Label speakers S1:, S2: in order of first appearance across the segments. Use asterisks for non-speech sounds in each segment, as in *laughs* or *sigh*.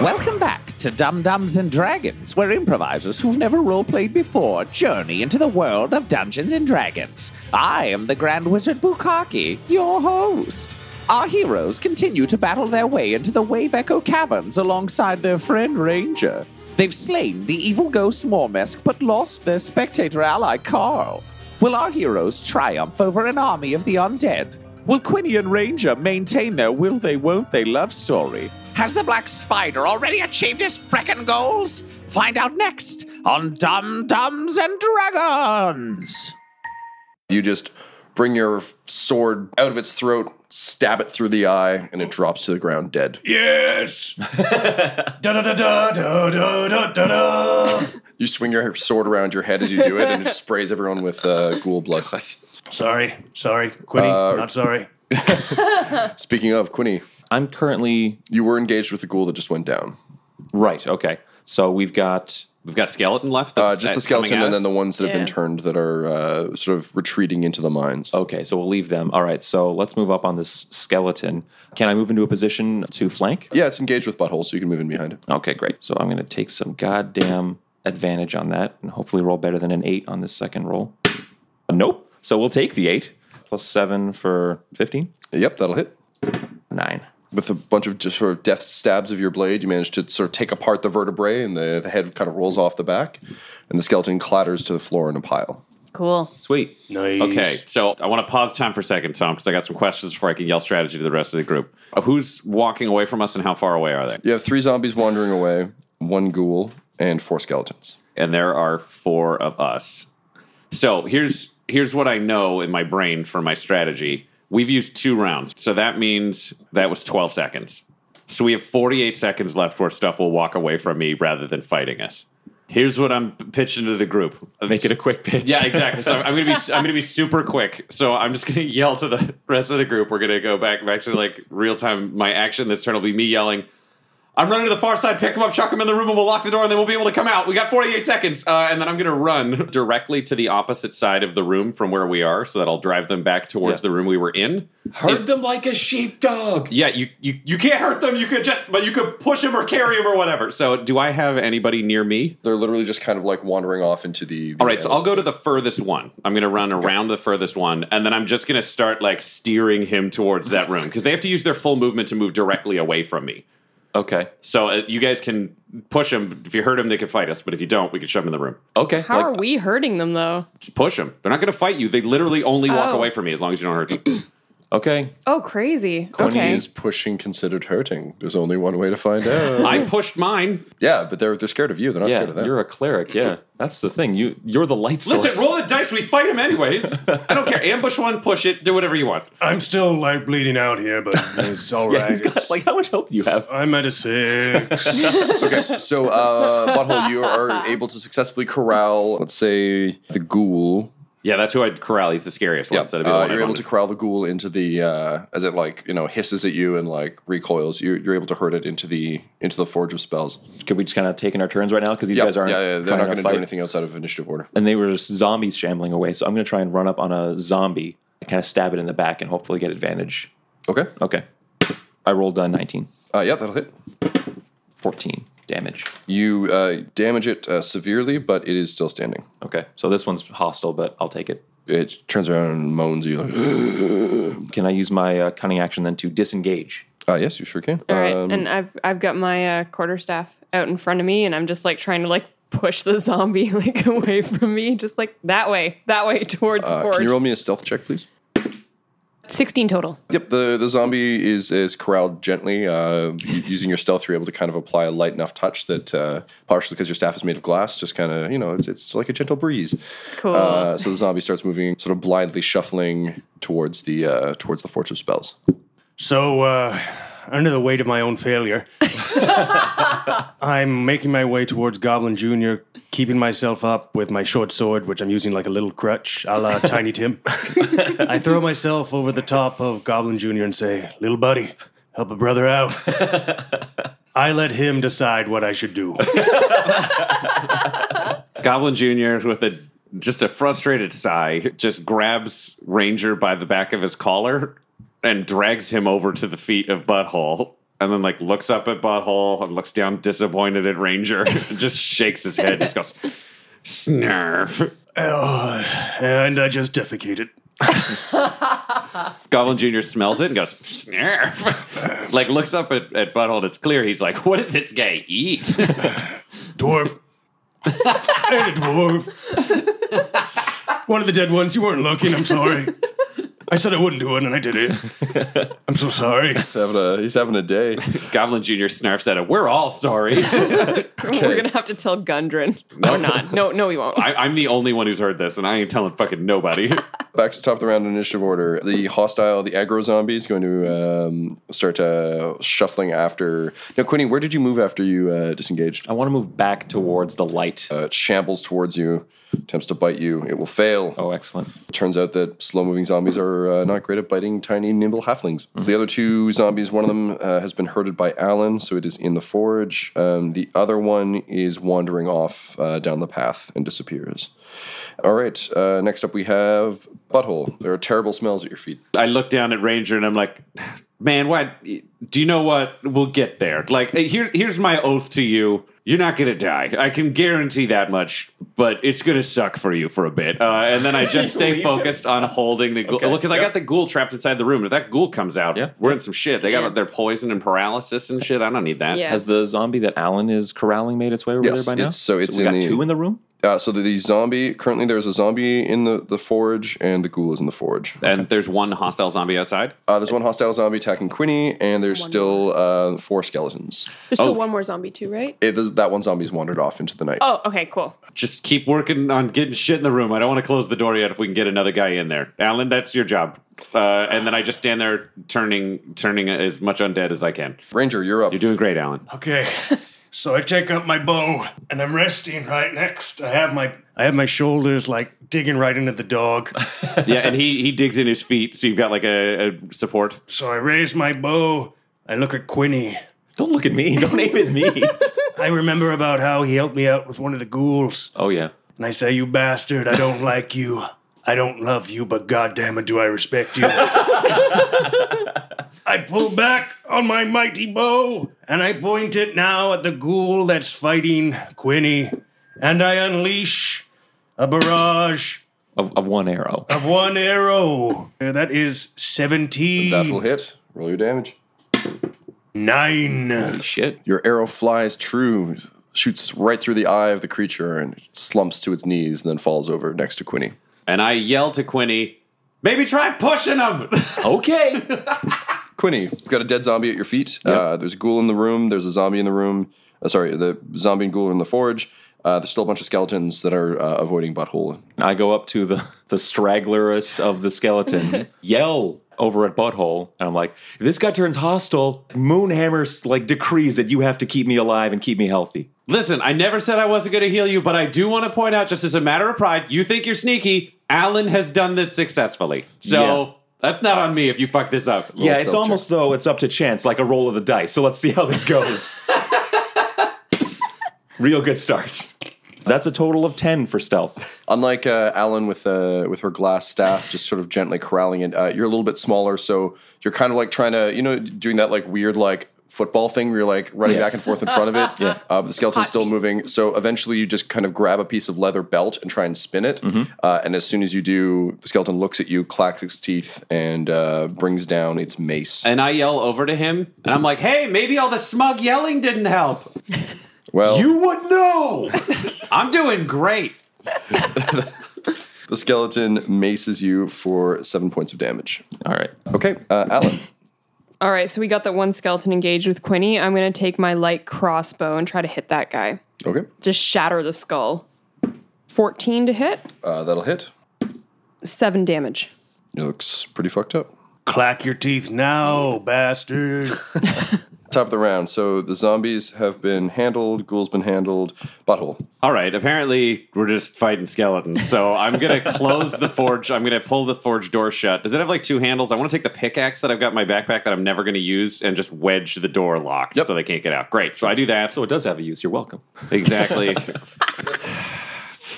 S1: Welcome back to Dum Dums and Dragons, where improvisers who've never roleplayed before journey into the world of Dungeons and Dragons. I am the Grand Wizard Bukaki, your host. Our heroes continue to battle their way into the Wave Echo Caverns alongside their friend Ranger. They've slain the evil ghost Mormesk but lost their spectator ally Carl. Will our heroes triumph over an army of the undead? Will Quinny and Ranger maintain their will they won't they love story? Has the Black Spider already achieved his frickin' goals? Find out next on Dum Dums and Dragons!
S2: You just bring your sword out of its throat, stab it through the eye, and it drops to the ground dead.
S3: Yes. da da da da da da da da da.
S2: You swing your sword around your head as you do it, and it just sprays everyone with uh, ghoul blood.
S3: Sorry, sorry, Quinny.
S4: Uh,
S3: not sorry.
S2: Speaking of Quinny,
S4: I'm currently
S2: you were engaged with the ghoul that just went down.
S4: right. Okay, so we've got we've got skeleton left.
S2: Uh,
S4: That's,
S2: just the
S4: that's coming
S2: skeleton, and
S4: at
S2: then
S4: us?
S2: the ones that have
S5: Yeah.
S2: been turned that are uh, sort of retreating into the mines. Uh,
S4: Okay, so we'll leave them. All right, so let's move up on this skeleton. Can I move into a position to flank?
S2: Yeah, it's engaged with butthole, so you can move in behind it.
S4: Okay, great. So I'm going to take some goddamn advantage on that and hopefully roll better than an eight on this second roll. Nope. So we'll take the eight plus seven for 15.
S2: Yep, that'll hit.
S4: Nine.
S2: With a bunch of just sort of death stabs of your blade, you manage to sort of take apart the vertebrae, and the, the head kind of rolls off the back, and the skeleton clatters to the floor in a pile.
S5: Cool.
S6: Sweet.
S3: Nice.
S6: Okay, so I want to pause time for a second, Tom, because I got some questions before I can yell strategy to the rest of the group. Uh, Who's walking away from us and how far away are they?
S2: You have three zombies wandering away, one ghoul, and four skeletons.
S6: And there are four of us. So here's here's what I know in my brain for my strategy. We've used two rounds, so that means that was 12 seconds. So we have 48 seconds left where stuff will walk away from me rather than fighting us. Here's what I'm p- pitching to the group.
S4: Make it a quick pitch.
S6: Yeah, exactly. So I'm gonna be I'm gonna be super quick. So I'm just gonna *laughs* yell to the rest of the group. We're gonna go back back to like real time. My action this turn will be me yelling. I'm running to the far side. Pick him up, chuck him in the room, and we'll lock the door, and then we'll be able to come out. We got 48 seconds, uh, and then I'm gonna run *laughs* directly to the opposite side of the room from where we are, so that I'll drive them back towards the room we were in.
S4: Hurt them like a sheepdog.
S6: Yeah, you, you you can't hurt them. You could just, but you could push him or carry him or whatever. So, do I have anybody near me?
S2: They're literally just kind of like wandering off into the.
S6: All right, so I'll go to the furthest one. I'm going to run around the furthest one, and then I'm just going to start like steering him towards that room because they have to use their full movement to move directly away from me.
S4: Okay.
S6: So uh, you guys can push him. If you hurt him, they can fight us. But if you don't, we can shove him in the room. Oh,
S4: Okay.
S5: How
S4: like-
S5: are we hurting them though?
S6: Just push him. They're not going to fight you. They literally only walk
S5: Oh.
S6: away from me as long as you don't hurt them. *clears throat*
S4: Okay.
S5: Oh, crazy.
S2: When
S5: okay.
S2: is pushing considered hurting? There's only one way to find
S4: *laughs*
S2: out.
S6: I pushed mine.
S2: yeah, but they're they're scared of you. They're not
S4: Yeah,
S2: scared of them.
S4: you're a cleric. Yeah, that's the thing. You you're the light source.
S2: *laughs*
S4: *laughs*
S6: Listen, roll the dice. We fight him anyways. I don't care. Ambush one, push it, do whatever you want.
S3: I'm still like bleeding out here, but
S4: *laughs*
S3: it's all right.
S4: Yeah, he's got,
S3: It's-
S4: like how much health do you have?
S3: I'm at a six.
S2: okay, so uh, butthole, you are able to successfully corral, let's say, the ghoul.
S6: Yeah, that's who I'd corral. He's the scariest one.
S2: Yeah,
S6: So that'd be the
S2: uh,
S6: one I
S2: you're able
S6: wanted.
S2: to corral the ghoul into the uh, as it like you know hisses at you and like recoils. You're, you're able to hurt it into the into the forge of spells.
S4: Could we just kind of taking our turns right now because these
S2: Yeah,
S4: guys aren't
S2: yeah, yeah, they're
S4: trying
S2: not
S4: to
S2: going to do
S4: fight.
S2: anything outside of initiative order.
S4: and they were just zombies shambling away. So I'm going to try and run up on a zombie and kind of stab it in the back and hopefully get advantage.
S2: Okay,
S4: Okay. I rolled a 19,
S2: uh, yeah, that'll hit.
S4: 14 damage.
S2: You uh, damage it uh, severely, but it is still standing.
S4: Okay. So this one's hostile, but I'll take it.
S2: It turns around and moans. You like, *gasps*
S4: Can I use my uh, cunning action then to disengage?
S2: Uh, yes, you sure can.
S5: All right,
S2: Um,
S5: and I've I've got my uh, quarterstaff out in front of me, and I'm just like trying to like push the *laughs* zombie like away from me, just like that way, that way towards the
S2: uh,
S5: forge.
S2: can you roll me a stealth check, please?
S5: Sixteen total.
S2: Yep, the, the zombie is is corralled gently. Uh, using your stealth, you're able to kind of apply a light enough touch that, uh, partially because your staff is made of glass, just kind of, you know, it's, it's like a gentle breeze.
S5: Cool.
S2: Uh, so the zombie starts moving, sort of blindly shuffling towards the uh, towards the Forge of Spells.
S3: So, uh, under the weight of my own failure, I'm making my way towards Goblin Jr., keeping myself up with my short sword, which I'm using like a little crutch, a la Tiny Tim. I throw myself over the top of Goblin Jr. and say, Little buddy, help a brother out. I let him decide what I should do.
S6: Goblin Jr. with a just a frustrated sigh just grabs Ranger by the back of his collar and drags him over to the feet of Butthole. And then like looks up at Butthole and looks down disappointed at Ranger *laughs* and just shakes his head and just goes, Snarf.
S3: and I just defecated.
S6: Goblin Jr. smells it and goes, Snarf. *laughs* like looks up at, at Butthole and it's clear he's like, What did this guy eat? *laughs*
S3: Dwarf. and a dwarf. One of the dead ones. You weren't looking. I'm sorry. I said I wouldn't do it, and I did it. I'm so sorry.
S2: He's having a, he's having a day.
S6: Goblin Jr. snarfs at him, We're all sorry.
S5: *laughs*
S6: *laughs*
S5: We're gonna have to
S2: *laughs*
S5: tell Gundren. No, not. No, no, we won't.
S6: I, I'm the only one who's heard this and I ain't telling fucking nobody. *laughs*
S2: Back to the top of the round in initiative order. The hostile, the aggro zombie is going to um, start uh, shuffling after. Now, Quinny, where did you move after you uh, disengaged?
S4: I want to move back towards the light.
S2: Uh, it shambles towards you, attempts to bite you. It will fail.
S4: oh, excellent.
S2: Turns out that slow moving zombies are uh, not great at biting tiny, nimble halflings. The other two zombies, one of them uh, has been herded by Alan, so it is in the forge. Um, the other one is wandering off uh, down the path and disappears. All right, uh, next up we have Butthole. There are terrible smells at your feet.
S6: I look down at Ranger and I'm like, man, why? Do you know what? We'll get there. Like, here, here's my oath to you. You're not gonna die. I can guarantee that much. But it's gonna suck for you for a bit. Uh, and then I just stay focused on holding the ghoul because I got the ghoul trapped inside the room. If that ghoul comes out,
S4: Yeah.
S6: we're in some shit. They got their poison and paralysis and shit. I don't need that.
S5: Yeah.
S4: Has the zombie that Alan is corralling made its way over
S2: Yes,
S4: there by now?
S2: it's- so it's
S4: we
S2: in
S4: got
S2: the-
S4: two in the room.
S2: Uh, so the, the zombie, currently there's a zombie in the, the forge, and the ghoul is in the forge.
S6: And there's one hostile zombie outside.
S2: Uh, there's one hostile zombie attacking Quinny, and there's still uh, four skeletons.
S5: There's still one more zombie too, right?
S2: It, that one zombie's wandered off into the night.
S5: Oh, okay, cool.
S6: Just keep working on getting shit in the room. I don't want to close the door yet if we can get another guy in there. Alan, that's your job. Uh, and then I just stand there turning turning as much undead as I can.
S2: Ranger, you're up.
S6: You're doing great, Alan.
S3: Okay. So I take up my bow and I'm resting right next. I have my I have my shoulders like digging right into the dog.
S6: Yeah, and he he digs in his feet, so you've got like a, a support.
S3: So I raise my bow. I look at Quinny.
S4: Don't look at me. *laughs* Don't aim at me.
S3: I remember about how he helped me out with one of the ghouls.
S4: oh yeah.
S3: And I say, You bastard, I don't like you. I don't love you, but goddamn it, do I respect you. *laughs* I pull back on my mighty bow and I point it now at the ghoul that's fighting Quinny. And I unleash a barrage
S4: Of, of one arrow.
S3: of one arrow. Uh, That is
S2: That will
S3: 17.
S2: hit. Roll your damage.
S3: Nine.
S4: Shit.
S2: Your arrow flies true, shoots right through the eye of the creature, and it slumps to its knees and then falls over next to Quinny.
S6: And I yell to Quinny, maybe try pushing him. *laughs*
S4: Okay.
S2: Quinny, you've got a dead zombie at your feet. Uh, there's a ghoul in the room. There's a zombie in the room. Uh, sorry, the zombie and ghoul are in the forge. Uh, there's still a bunch of skeletons that are uh, avoiding Butthole.
S4: I go up to the, the stragglerest of the skeletons, yell over at Butthole, and I'm like, if this guy turns hostile, Moonhammer like decrees that you have to keep me alive and keep me healthy.
S6: Listen, I never said I wasn't going to heal you, but I do want to point out, just as a matter of pride, you think you're sneaky. Alan has done this successfully, so
S4: Yeah.
S6: that's not on me if you fuck this up.
S4: yeah, it's
S2: stealth
S4: almost though it's up to chance, like a roll of the dice. So let's see how this goes. Real good start. That's a total of ten for stealth.
S2: Unlike uh, Alan with uh, with her glass staff, just sort of gently corralling it, uh, you're a little bit smaller, so you're kind of like trying to, you know, doing that like weird like football thing where you're like running back and forth in front of it. *laughs* yeah. Uh, but the skeleton's still moving. So eventually you just kind of grab a piece of leather belt and try and spin it. Uh, and as soon as you do, the skeleton looks at you, clacks its teeth, and uh, brings down its mace.
S6: And I yell over to him, and I'm like, "Hey, maybe all the smug yelling didn't help.
S2: well,
S6: would know. *laughs* I'm doing great.
S2: the skeleton maces you for seven points of damage.
S4: All right.
S2: Okay, uh, Alan.
S5: All right, so we got that one skeleton engaged with Quinny. I'm going to take my light crossbow and try to hit that guy.
S2: *clears throat* Okay,
S5: Just shatter the skull. 14 to hit,
S2: uh, that'll hit.
S5: 7 damage.
S2: It looks pretty fucked up.
S3: Clack your teeth now, bastard.
S2: Top of the round. So the zombies have been handled. Ghoul's been handled. Butthole.
S6: All right. Apparently, we're just fighting skeletons. So
S4: *laughs*
S6: I'm gonna close the forge. I'm gonna pull the forge door shut. Does it have like two handles? I want to take the pickaxe that I've got in my backpack that I'm never gonna use and just wedge the door locked so they can't get out. Great. So I do that.
S4: So it does have a use. You're welcome. *laughs*
S6: Exactly.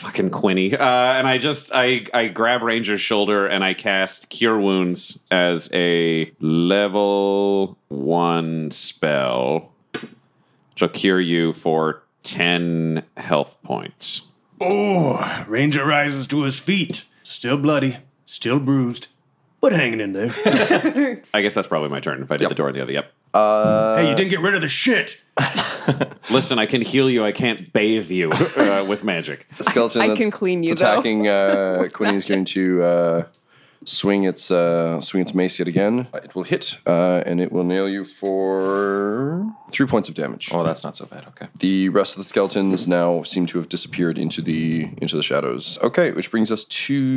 S6: Fucking Quinny. Uh, and I just I I grab Ranger's shoulder and I cast Cure Wounds as a level one spell. Which will cure you for ten health points.
S3: oh, Ranger rises to his feet. Still bloody, still bruised, but hanging in there.
S6: I guess that's probably my turn if I did the door the other. Yep.
S3: hey, you didn't get rid of the shit.
S6: Listen, I can heal you. I can't bathe you uh, with magic.
S2: The skeleton.
S5: I
S2: that's-
S5: can clean you,
S2: It's
S5: though.
S2: attacking.
S5: *laughs*
S2: Uh, Quinny is going to uh, swing its uh, swing its mace yet again. It will hit, uh, and it will nail you for three points of damage.
S4: Oh, that's not so bad. Okay.
S2: The rest of the skeletons now seem to have disappeared into the into the shadows. Okay, which brings us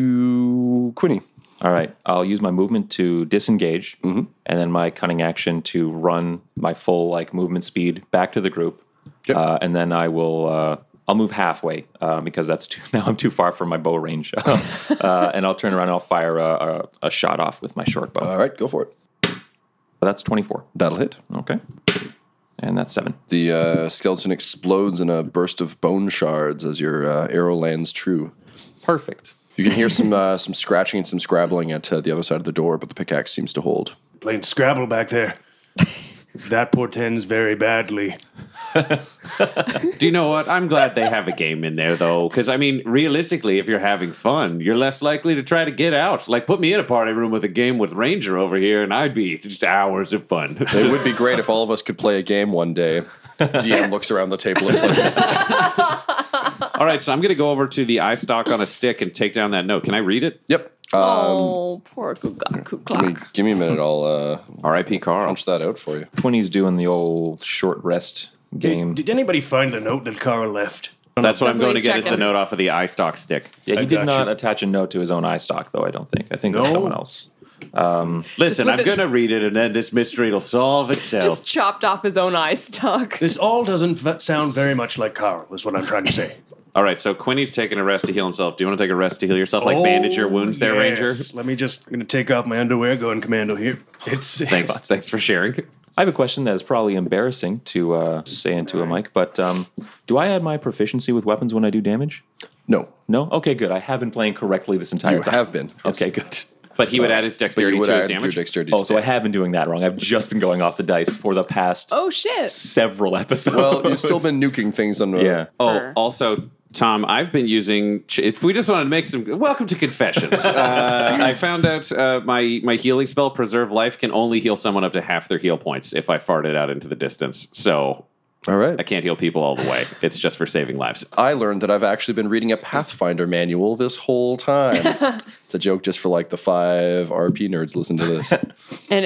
S2: to Quinny.
S4: All right. I'll use my movement to disengage and then my cunning action to run my full like movement speed back to the group.
S2: Yep.
S4: Uh, and then I will uh, I'll move halfway uh, because that's too, *laughs* now I'm too far from my bow range. *laughs* uh, and I'll turn around and I'll fire a, a, a shot off with my short bow.
S2: All right, go for it.
S4: that's 24.
S2: That'll hit.
S4: Okay. And that's seven.
S2: The uh, skeleton explodes in a burst of bone shards as your uh, arrow lands true.
S4: Perfect.
S2: You can hear some uh, some scratching and some scrabbling at uh, the other side of the door, but the pickaxe seems to hold.
S3: Playing Scrabble back *laughs* there. That portends very badly.
S6: Do you know what? I'm glad they have a game in there, though, because I mean, realistically, if you're having fun, you're less likely to try to get out. Like, put me in a party room with a game with Ranger over here, and I'd be just hours of fun.
S2: *laughs* It would be great if all of us could play a game one day.
S6: *laughs*
S2: DM looks around the table and plays.
S6: All right, so I'm going to go over to the eye stock on a stick and take down that note. Can I read it?
S2: Yep. Um,
S5: oh, poor Kugaku
S2: give, me,
S5: Clock.
S2: give me a minute. I'll uh,
S6: R.I.P. Carl.
S2: punch that out for you.
S4: 20's doing the old short rest game.
S3: Did anybody find the note that Carl left?
S6: That's what
S5: That's
S6: I'm
S5: what
S6: going to
S5: he's
S6: get is the
S5: checking.
S6: note off of the eye stock stick.
S4: yeah,
S3: I
S4: he did
S3: got
S4: not
S3: you.
S4: attach a note to his own eye stock, though, I don't think. I think that's
S3: No.
S4: someone else.
S6: Listen,
S5: with
S6: I'm
S5: the-
S6: going to read it, and then this mystery will solve itself.
S5: Just chopped off his own eye stalk.
S3: This all doesn't f- sound very much like Carl, is what I'm trying to say. *laughs*
S6: All right, so Quinny's taking a rest to heal himself. Do you want to take a rest to heal yourself? Like, bandage your
S3: Oh,
S6: wounds there, Ranger?
S3: yes. Let me just, I'm going to take off my underwear, go in commando here. It's,
S6: Thanks. Thanks for sharing.
S4: I have a question that is probably embarrassing to uh, say into a mic, but um, do I add my proficiency with weapons when I do damage?
S2: No,
S4: No? Okay, good. I have been playing correctly this entire
S2: you
S4: time.
S2: have been. Yes.
S4: Okay, good.
S6: But he would add his
S2: Uh, But
S6: dexterity
S2: you would
S6: to his
S2: add your
S6: damage.
S2: dexterity.
S4: Oh,
S2: to
S4: so I
S2: damage.
S4: have been doing that wrong. I've just been going off the dice for the past
S5: Oh, shit.
S4: several *laughs* episodes.
S2: Well, you've still been nuking things on.
S4: *laughs*
S2: uh,
S4: Yeah.
S6: oh,
S5: Fur.
S6: also, Tom, I've been using. ch- If we just wanted to make some, welcome
S2: *laughs*
S6: to confessions. uh, I found out uh, my my healing spell, Preserve Life, can only heal someone up to half their heal points if I farted out into the distance. So
S2: All right.
S6: I can't heal people all the way. It's just for saving lives.
S2: I learned that I've actually been reading a Pathfinder manual this whole
S6: *laughs*
S2: time. it's a joke just for like the five RP nerds listen to this.
S5: And,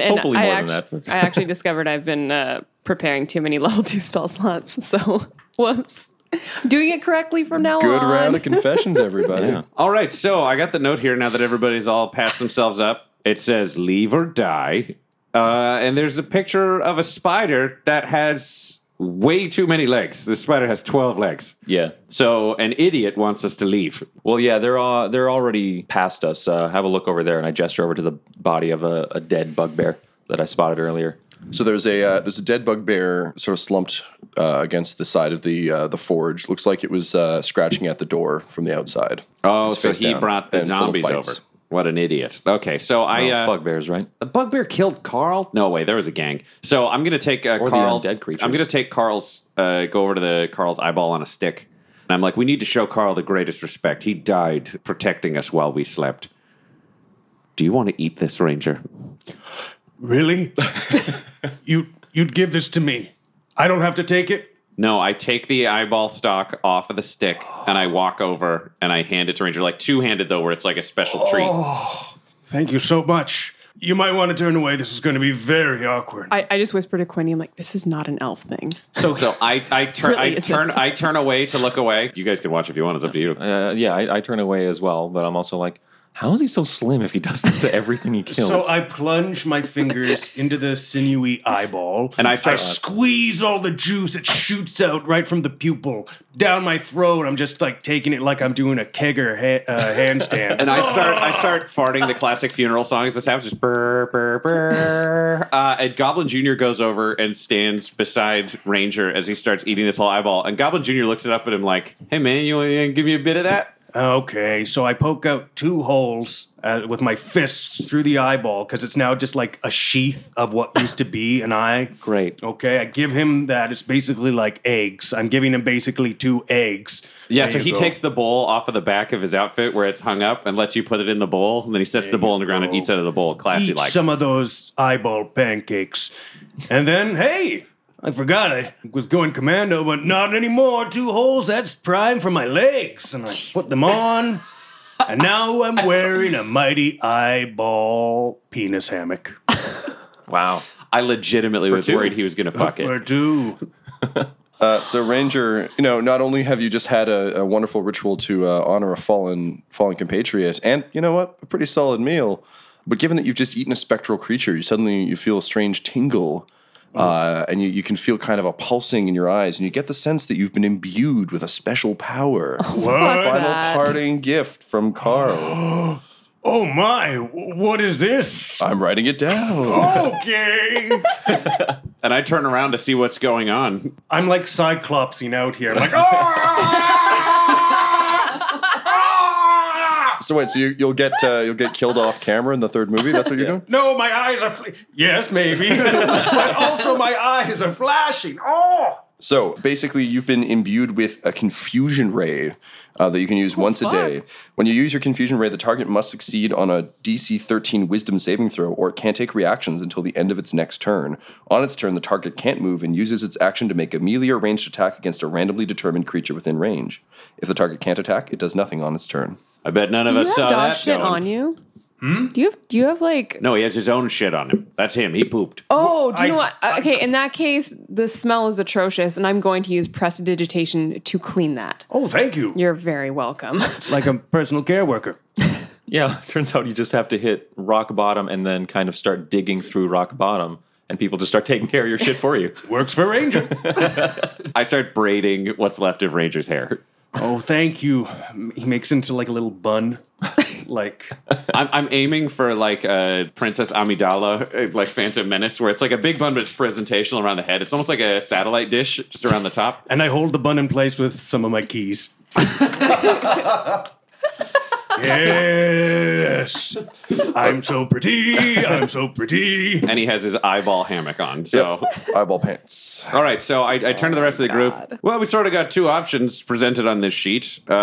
S5: and
S4: Hopefully
S5: I
S4: more than
S5: actu-
S4: that.
S5: I actually discovered I've been uh, preparing too many *laughs* level two spell slots. So, *laughs* whoops. Doing it correctly from now on.
S2: Good round of confessions, everybody.
S4: Yeah.
S6: All right, so I got the note here now that everybody's all passed themselves up. It says leave or die. Uh, and there's a picture of a spider that has way too many legs. This spider has 12 legs.
S4: Yeah.
S6: So an idiot wants us to leave.
S4: Well, yeah, they're all, they're already past us. Uh, have a look over there, and I gesture over to the body of a, a dead bugbear that I spotted earlier.
S2: So there's a uh, there's a dead bugbear sort of slumped uh, against the side of the uh, the forge. Looks like it was uh, scratching at the door from the outside.
S6: Oh,
S2: It's
S6: so
S2: face
S6: he
S2: down
S6: brought the
S2: and full of
S6: zombies over.
S2: bites. Oh,
S6: What an idiot. Okay, so I uh,
S4: Bugbears, right?
S6: the bugbear killed Carl. No way, there was a gang. So I'm gonna take uh,
S4: Or the
S6: Carl's.
S4: undead creatures.
S6: I'm gonna take Carl's. Uh, go over to the Carl's eyeball on a stick, and I'm like, we need to show Carl the greatest respect. He died protecting us while we slept. Do you want to eat this, Ranger?
S3: *laughs* Really? you you'd give this to me? I don't have to take it.
S6: No, I take the eyeball stalk off of the stick and I walk over and I hand it to Ranger, like two handed though, where it's like a special treat.
S3: Thank you so much. You might want to turn away. This is going to be very awkward.
S5: I, I just whispered to Quinny, I'm like, this is not an elf thing.
S6: So, so I, I turn,
S5: Really
S6: I turn,
S5: isn't.
S6: I turn away to look away. You guys can watch if you want. It's up to you.
S4: Uh, yeah, I, I turn away as well, but I'm also like, how is he so slim if he does this to everything he kills?
S3: So I plunge my
S6: *laughs*
S3: fingers into the sinewy eyeball,
S6: And I start-
S3: squeeze all the juice. It shoots out right from the pupil down my throat. I'm just like taking it like I'm doing a kegger ha- uh, handstand.
S6: *laughs* and I start I start farting the classic funeral songs that happens just burr burr burr. Uh, and Goblin Junior goes over and stands beside Ranger as he starts eating this whole eyeball. And Goblin Junior looks it up at him like, "Hey man, you want to give me a bit of that?"
S3: Okay, so I poke out two holes uh, with my fists through the eyeball because it's now just like a sheath of what used to be an eye.
S4: Great.
S3: Okay, I give him that. It's basically like eggs. I'm giving him basically two eggs.
S6: Yeah,
S3: There
S6: so
S3: you
S6: he
S3: go.
S6: takes the bowl off of the back of his outfit where it's hung up and lets you put it in the bowl, and then he sets the bowl on the ground and eats out of the bowl. Classy,
S3: eat
S6: like.
S3: some of those eyeball pancakes, and then hey. I forgot I was going commando, but not anymore. Two holes, that's prime for my legs. And I put them on, and now I'm wearing a mighty eyeball penis hammock.
S4: wow.
S6: I legitimately was
S4: two.
S6: worried he was going to fuck
S3: Or
S6: it.
S3: two.
S2: Uh, so Ranger, you know, not only have you just had a, a wonderful ritual to uh, honor a fallen fallen compatriot, and you know what, a pretty solid meal, but given that you've just eaten a spectral creature, you suddenly you feel a strange tingle, uh, and you, you can feel kind of a pulsing in your eyes, and you get the sense that you've been imbued with a special power.
S3: What?
S2: Final parting gift from Carl.
S3: Oh my, what is this?
S2: I'm writing it down.
S3: Okay.
S6: And I turn around to see what's going on.
S3: I'm like cyclopsing out here. I'm like, oh!
S2: so wait, so you, you'll get uh, you'll get killed off camera in the third movie. That's what you're doing.
S3: No, my eyes are. Fl- yes, maybe, *laughs* but also my eyes are flashing. Oh,
S2: So basically, you've been imbued with a confusion ray uh, that you can use once a day. When you use your confusion ray, the target must succeed on a DC 13 Wisdom saving throw, or it can't take reactions until the end of its next turn. On its turn, the target can't move and uses its action to make a melee or ranged attack against a randomly determined creature within range. If the target can't attack, it does nothing on its turn.
S6: I bet none of
S5: Do you
S6: us
S5: have
S6: saw
S5: dog
S6: that.
S5: shit
S6: going.
S5: on you? Do you have, do you have like
S6: No, he has his own shit on him. That's him. He pooped.
S5: Oh, do you
S3: I-
S5: know what? Uh, okay, in that case, the smell is atrocious, and I'm going to use prestidigitation to clean that.
S3: oh, thank you.
S5: You're very welcome. *laughs*
S3: Like a personal care worker.
S4: Yeah, *laughs* turns out you just have to hit rock bottom and then kind of start digging through rock bottom, and people just start *laughs* taking care of your shit for you.
S3: Works for Ranger.
S6: I start braiding what's left of Ranger's hair.
S3: *laughs* oh, thank you. He makes it into like a little bun. Like,
S6: I'm, I'm aiming for like uh, Princess Amidala, uh, like Phantom Menace, where it's like a big bun, but it's presentational around the head. It's almost like a satellite dish just around the top.
S3: and I hold the bun in place with some of my keys. *laughs* yes, I'm so pretty. I'm so pretty.
S6: And he has his eyeball hammock on. So,
S2: Eyeball pants.
S6: all right. So I, I turn to the rest of the group. Well, we sort of got two options presented on this sheet. Uh,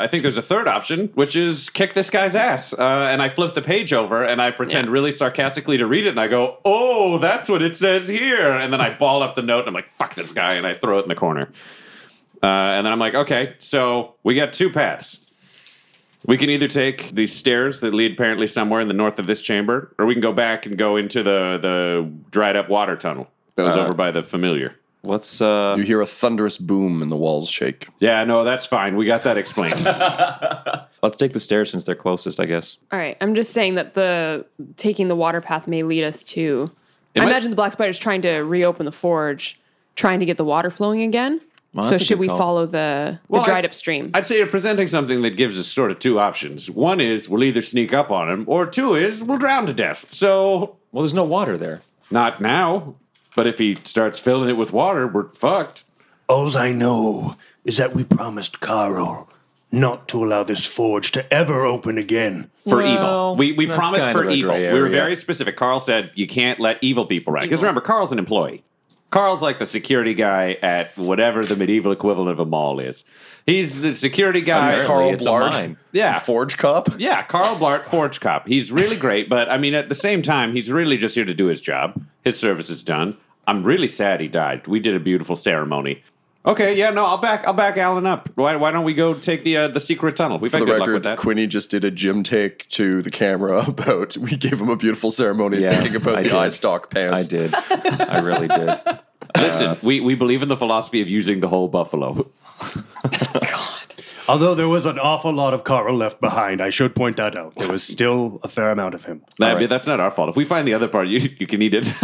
S6: I think there's a third option, which is kick this guy's ass. Uh, and I flip the page over and I pretend really sarcastically to read it. And I go, oh, that's what it says here. And then I ball up the note and I'm like, fuck this guy. And I throw it in the corner. Uh, and then I'm like, okay, so we got two paths. We can either take these stairs that lead apparently somewhere in the north of this chamber, or we can go back and go into the, the dried up water tunnel that was over by the familiar.
S4: *laughs* Let's uh,
S2: You hear a thunderous boom and the walls shake.
S6: Yeah, no, that's fine. We got
S5: *laughs*
S6: that explained.
S4: let's take the stairs since they're closest, I guess.
S5: All right, I'm just saying that the taking the water path may lead us to. I
S6: might-
S5: imagine the black spider's trying to reopen the forge, trying to get the water flowing again. so
S4: that's a
S5: should
S4: good
S5: we
S4: call.
S5: follow the, the
S6: Well, I-
S5: dried up stream?
S6: I'd say you're presenting something that gives us sort of two options. One is we'll either sneak up on him, or two is we'll drown to death. So,
S4: Well, there's no water there.
S6: not now, but if he starts filling it with water, we're fucked.
S3: Alls I know is that we promised Carl not to allow this forge to ever open again.
S6: for evil.
S4: Well,
S6: We, we
S4: that's
S6: promised
S4: kind
S6: for
S4: of a
S6: evil.
S4: gray
S6: We were
S4: area.
S6: very specific. Carl said you can't let evil people ride. Because
S5: Evil.
S6: remember, Carl's an employee. Carl's like the security guy at whatever the medieval equivalent of a mall is. He's the security guy.
S2: He's Carl
S4: it's a
S2: Blart.
S4: mine.
S6: Yeah.
S2: Forge Cop.
S6: Yeah, Carl Blart, Forge Cop. He's really great, but I mean, at the same time, he's really just here to do his job. His service is done. I'm really sad he died. We did a beautiful ceremony. Okay, yeah, no, I'll back, I'll back Alan up. Why, why don't we go take the uh, the secret tunnel? We've
S2: For
S6: had
S2: the
S6: good luck with
S2: record,
S6: that.
S2: Quinny just did a gym take to the camera *laughs* about we gave him a beautiful ceremony
S4: Yeah,
S2: thinking about
S4: I
S2: the
S4: did.
S2: eye stock
S4: I
S2: pants.
S4: *laughs* did. I really did.
S6: Listen, we, we believe in the philosophy of using the whole *laughs* buffalo.
S3: Although there was an awful lot of Carl left behind, I should point that out. There was still a fair amount of him.
S6: Nah, That's not our fault. If we find the other part, you you can eat it. *laughs*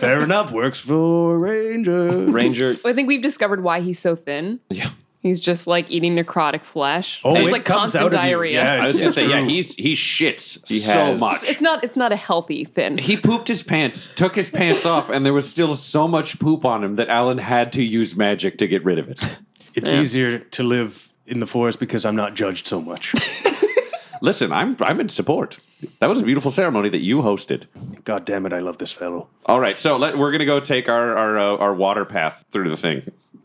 S3: Fair enough, works for Ranger.
S4: Ranger.
S5: I think we've discovered why he's so thin.
S4: Yeah.
S5: He's just like eating necrotic flesh.
S3: Oh,
S5: There's
S3: it
S5: like
S3: comes
S5: constant
S3: out of you.
S5: diarrhea.
S3: Yeah,
S6: I was gonna
S3: It's
S6: say, yeah,
S3: true.
S6: he's he shits
S4: He
S6: so
S4: has-
S5: *laughs*
S6: much.
S5: It's not. It's not a healthy thin.
S6: he pooped his pants, took his pants off, and there was still so much poop on him that Alan had to use magic to get rid of it.
S3: It's easier to live in the forest because I'm not judged so much.
S6: Listen, I'm I'm in support. That was a beautiful ceremony that you hosted.
S3: God damn it, I love this fellow.
S6: All right, so let, we're gonna go take our our, uh, our water path through the thing.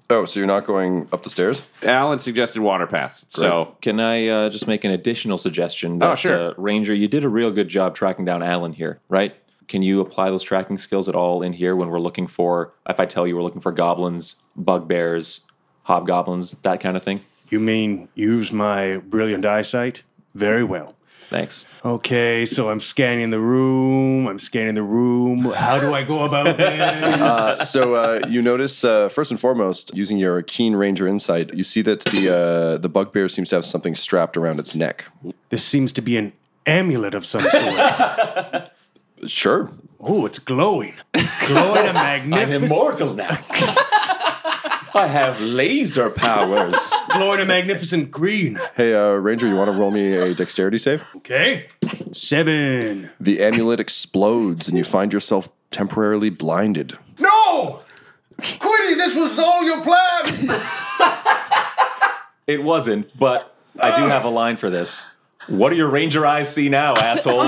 S2: Oh, so you're not going up the stairs?
S6: Alan suggested water path, so
S4: Can I uh, just make an additional suggestion?
S6: Oh,
S4: That,
S6: sure.
S4: Uh, Ranger, you did a real good job tracking down Alan here, right? Can you apply those tracking skills at all in here when we're looking for, if I tell you we're looking for goblins, bugbears, hobgoblins, that kind of thing?
S3: You mean use my brilliant eyesight? Very well.
S4: Thanks.
S3: Okay, so I'm scanning the room. I'm scanning the room. How do I go about this?
S2: Uh, so uh, you notice uh, first and foremost, using your keen ranger insight, you see that the uh, the bugbear seems to have something strapped around its neck.
S3: this seems to be an amulet of some sort.
S2: Sure,
S3: oh, it's glowing. Glowing and magnificent.
S4: now. I have laser powers.
S3: glowing a magnificent green.
S2: Hey, uh, Ranger, you want to roll me a dexterity save?
S3: Okay. Seven.
S2: The amulet explodes and you find yourself temporarily blinded.
S6: no, Quitty, this was all your plan.
S4: It wasn't, but I do have a line for this. What do your ranger eyes see now, *laughs* asshole?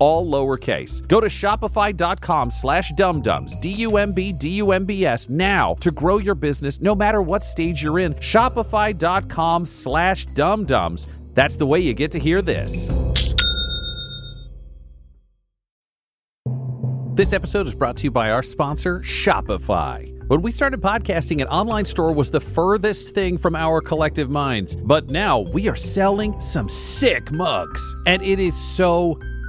S7: all lowercase. Go to shopify.com slash dumdums, D-U-M-B-D-U-M-B-S now to grow your business no matter what stage you're in. Shopify.com slash dumdums. Um, That's the way you get to hear this. This episode is brought to you by our sponsor, Shopify. When we started podcasting, an online store was the furthest thing from our collective minds. But now we are selling some sick mugs, and it is so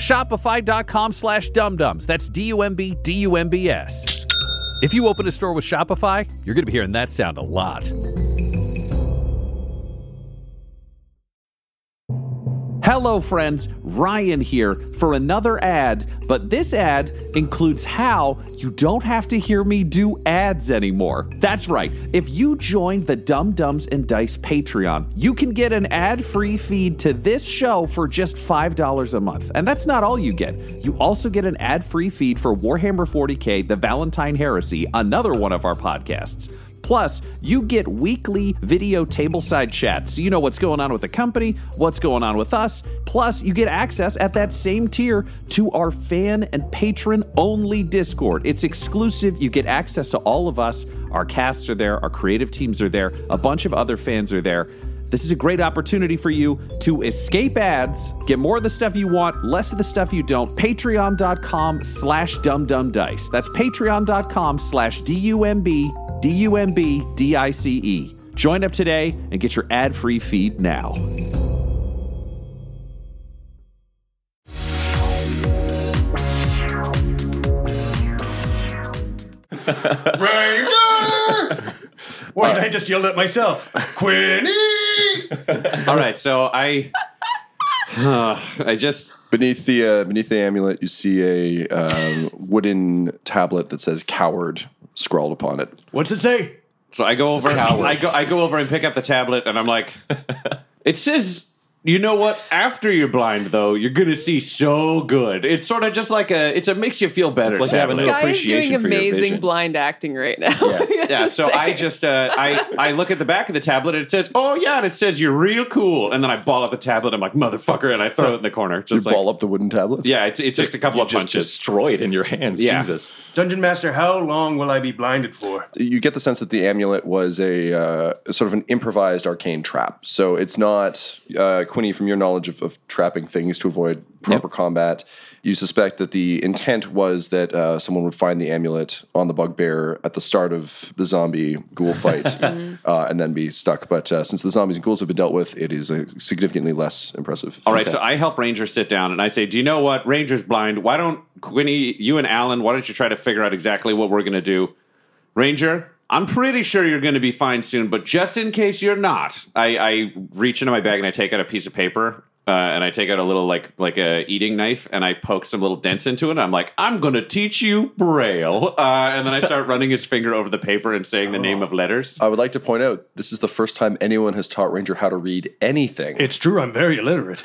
S7: Shopify.com slash dumdums. That's D-U-M-B-D-U-M-B-S. If you open a store with Shopify, you're going to be hearing that sound a lot. Hello, friends. Ryan here for another ad, but this ad includes how you don't have to hear me do ads anymore. That's right. If you join the Dum Dums and Dice Patreon, you can get an ad free feed to this show for just $5 a month. And that's not all you get. You also get an ad free feed for Warhammer 40K, The Valentine Heresy, another one of our podcasts. Plus, you get weekly video tableside chats so you know what's going on with the company, what's going on with us. Plus, you get access at that same tier to our fan and patron only Discord. It's exclusive. You get access to all of us. Our casts are there, our creative teams are there, a bunch of other fans are there. This is a great opportunity for you to escape ads, get more of the stuff you want, less of the stuff you don't. Patreon.com slash dumdumdice. That's patreon.com slash D-U-M-B D-U-M-B-D-I-C-E. E. Join up today and get your ad-free feed now.
S3: *laughs* Why did I just yell at myself? Quinny!
S6: All right, so I, *sighs* I just
S2: Beneath the uh, beneath the amulet, you see a um, wooden tablet that says "coward" scrawled upon it.
S3: What's it say?
S6: so I go over, I go, I go over and pick up the tablet, and I'm like, it says. You know what? After you're blind, though, you're gonna see so good. It's sort of just like a. It's a makes you feel better.
S4: It's like having
S6: tablet.
S4: little
S5: Guy is
S4: appreciation
S5: doing
S4: for your
S5: amazing
S4: vision.
S5: blind acting right now.
S6: *laughs*
S5: *laughs*
S6: yeah so i just uh, I, I look at the back of the tablet and it says oh yeah and it says you're real cool and then i ball up the tablet i'm like motherfucker and i throw it in the corner
S2: You
S6: just like
S2: ball up the wooden tablet.
S6: yeah it's, it's just a couple
S4: You
S6: of
S4: just
S6: punches
S4: destroy it in your hands.
S6: Yeah.
S4: Jesus.
S3: Dungeon Master, how long will I be blinded for?
S2: you get the sense that the amulet was a uh, sort of an improvised arcane trap. So it's not uh, Quinny, from your knowledge of, of trapping things to avoid proper combat. You suspect that the intent was that uh, someone would find the amulet on the bugbear at the start of the zombie
S6: *laughs*
S2: ghoul fight,
S6: Mm-hmm.
S2: uh, and then be stuck. But uh, since the zombies and ghouls have been dealt with, it is uh, significantly less impressive.
S6: all right so i help ranger sit down and i say do you know what ranger's blind why don't quinny you and alan why don't you try to figure out exactly what we're gonna do ranger i'm pretty sure you're gonna be fine soon but just in case you're not i, I reach into my bag and i take out a piece of paper uh, and I take out a little like like a eating knife and I poke some little dents into it. And I'm like, I'm gonna teach you braille, uh, and then I
S3: *laughs*
S6: start running his finger over the paper and saying the name of letters.
S3: Oh.
S2: I would like to point out this is the first time anyone has taught Ranger how to read anything.
S3: It's true, I'm very illiterate.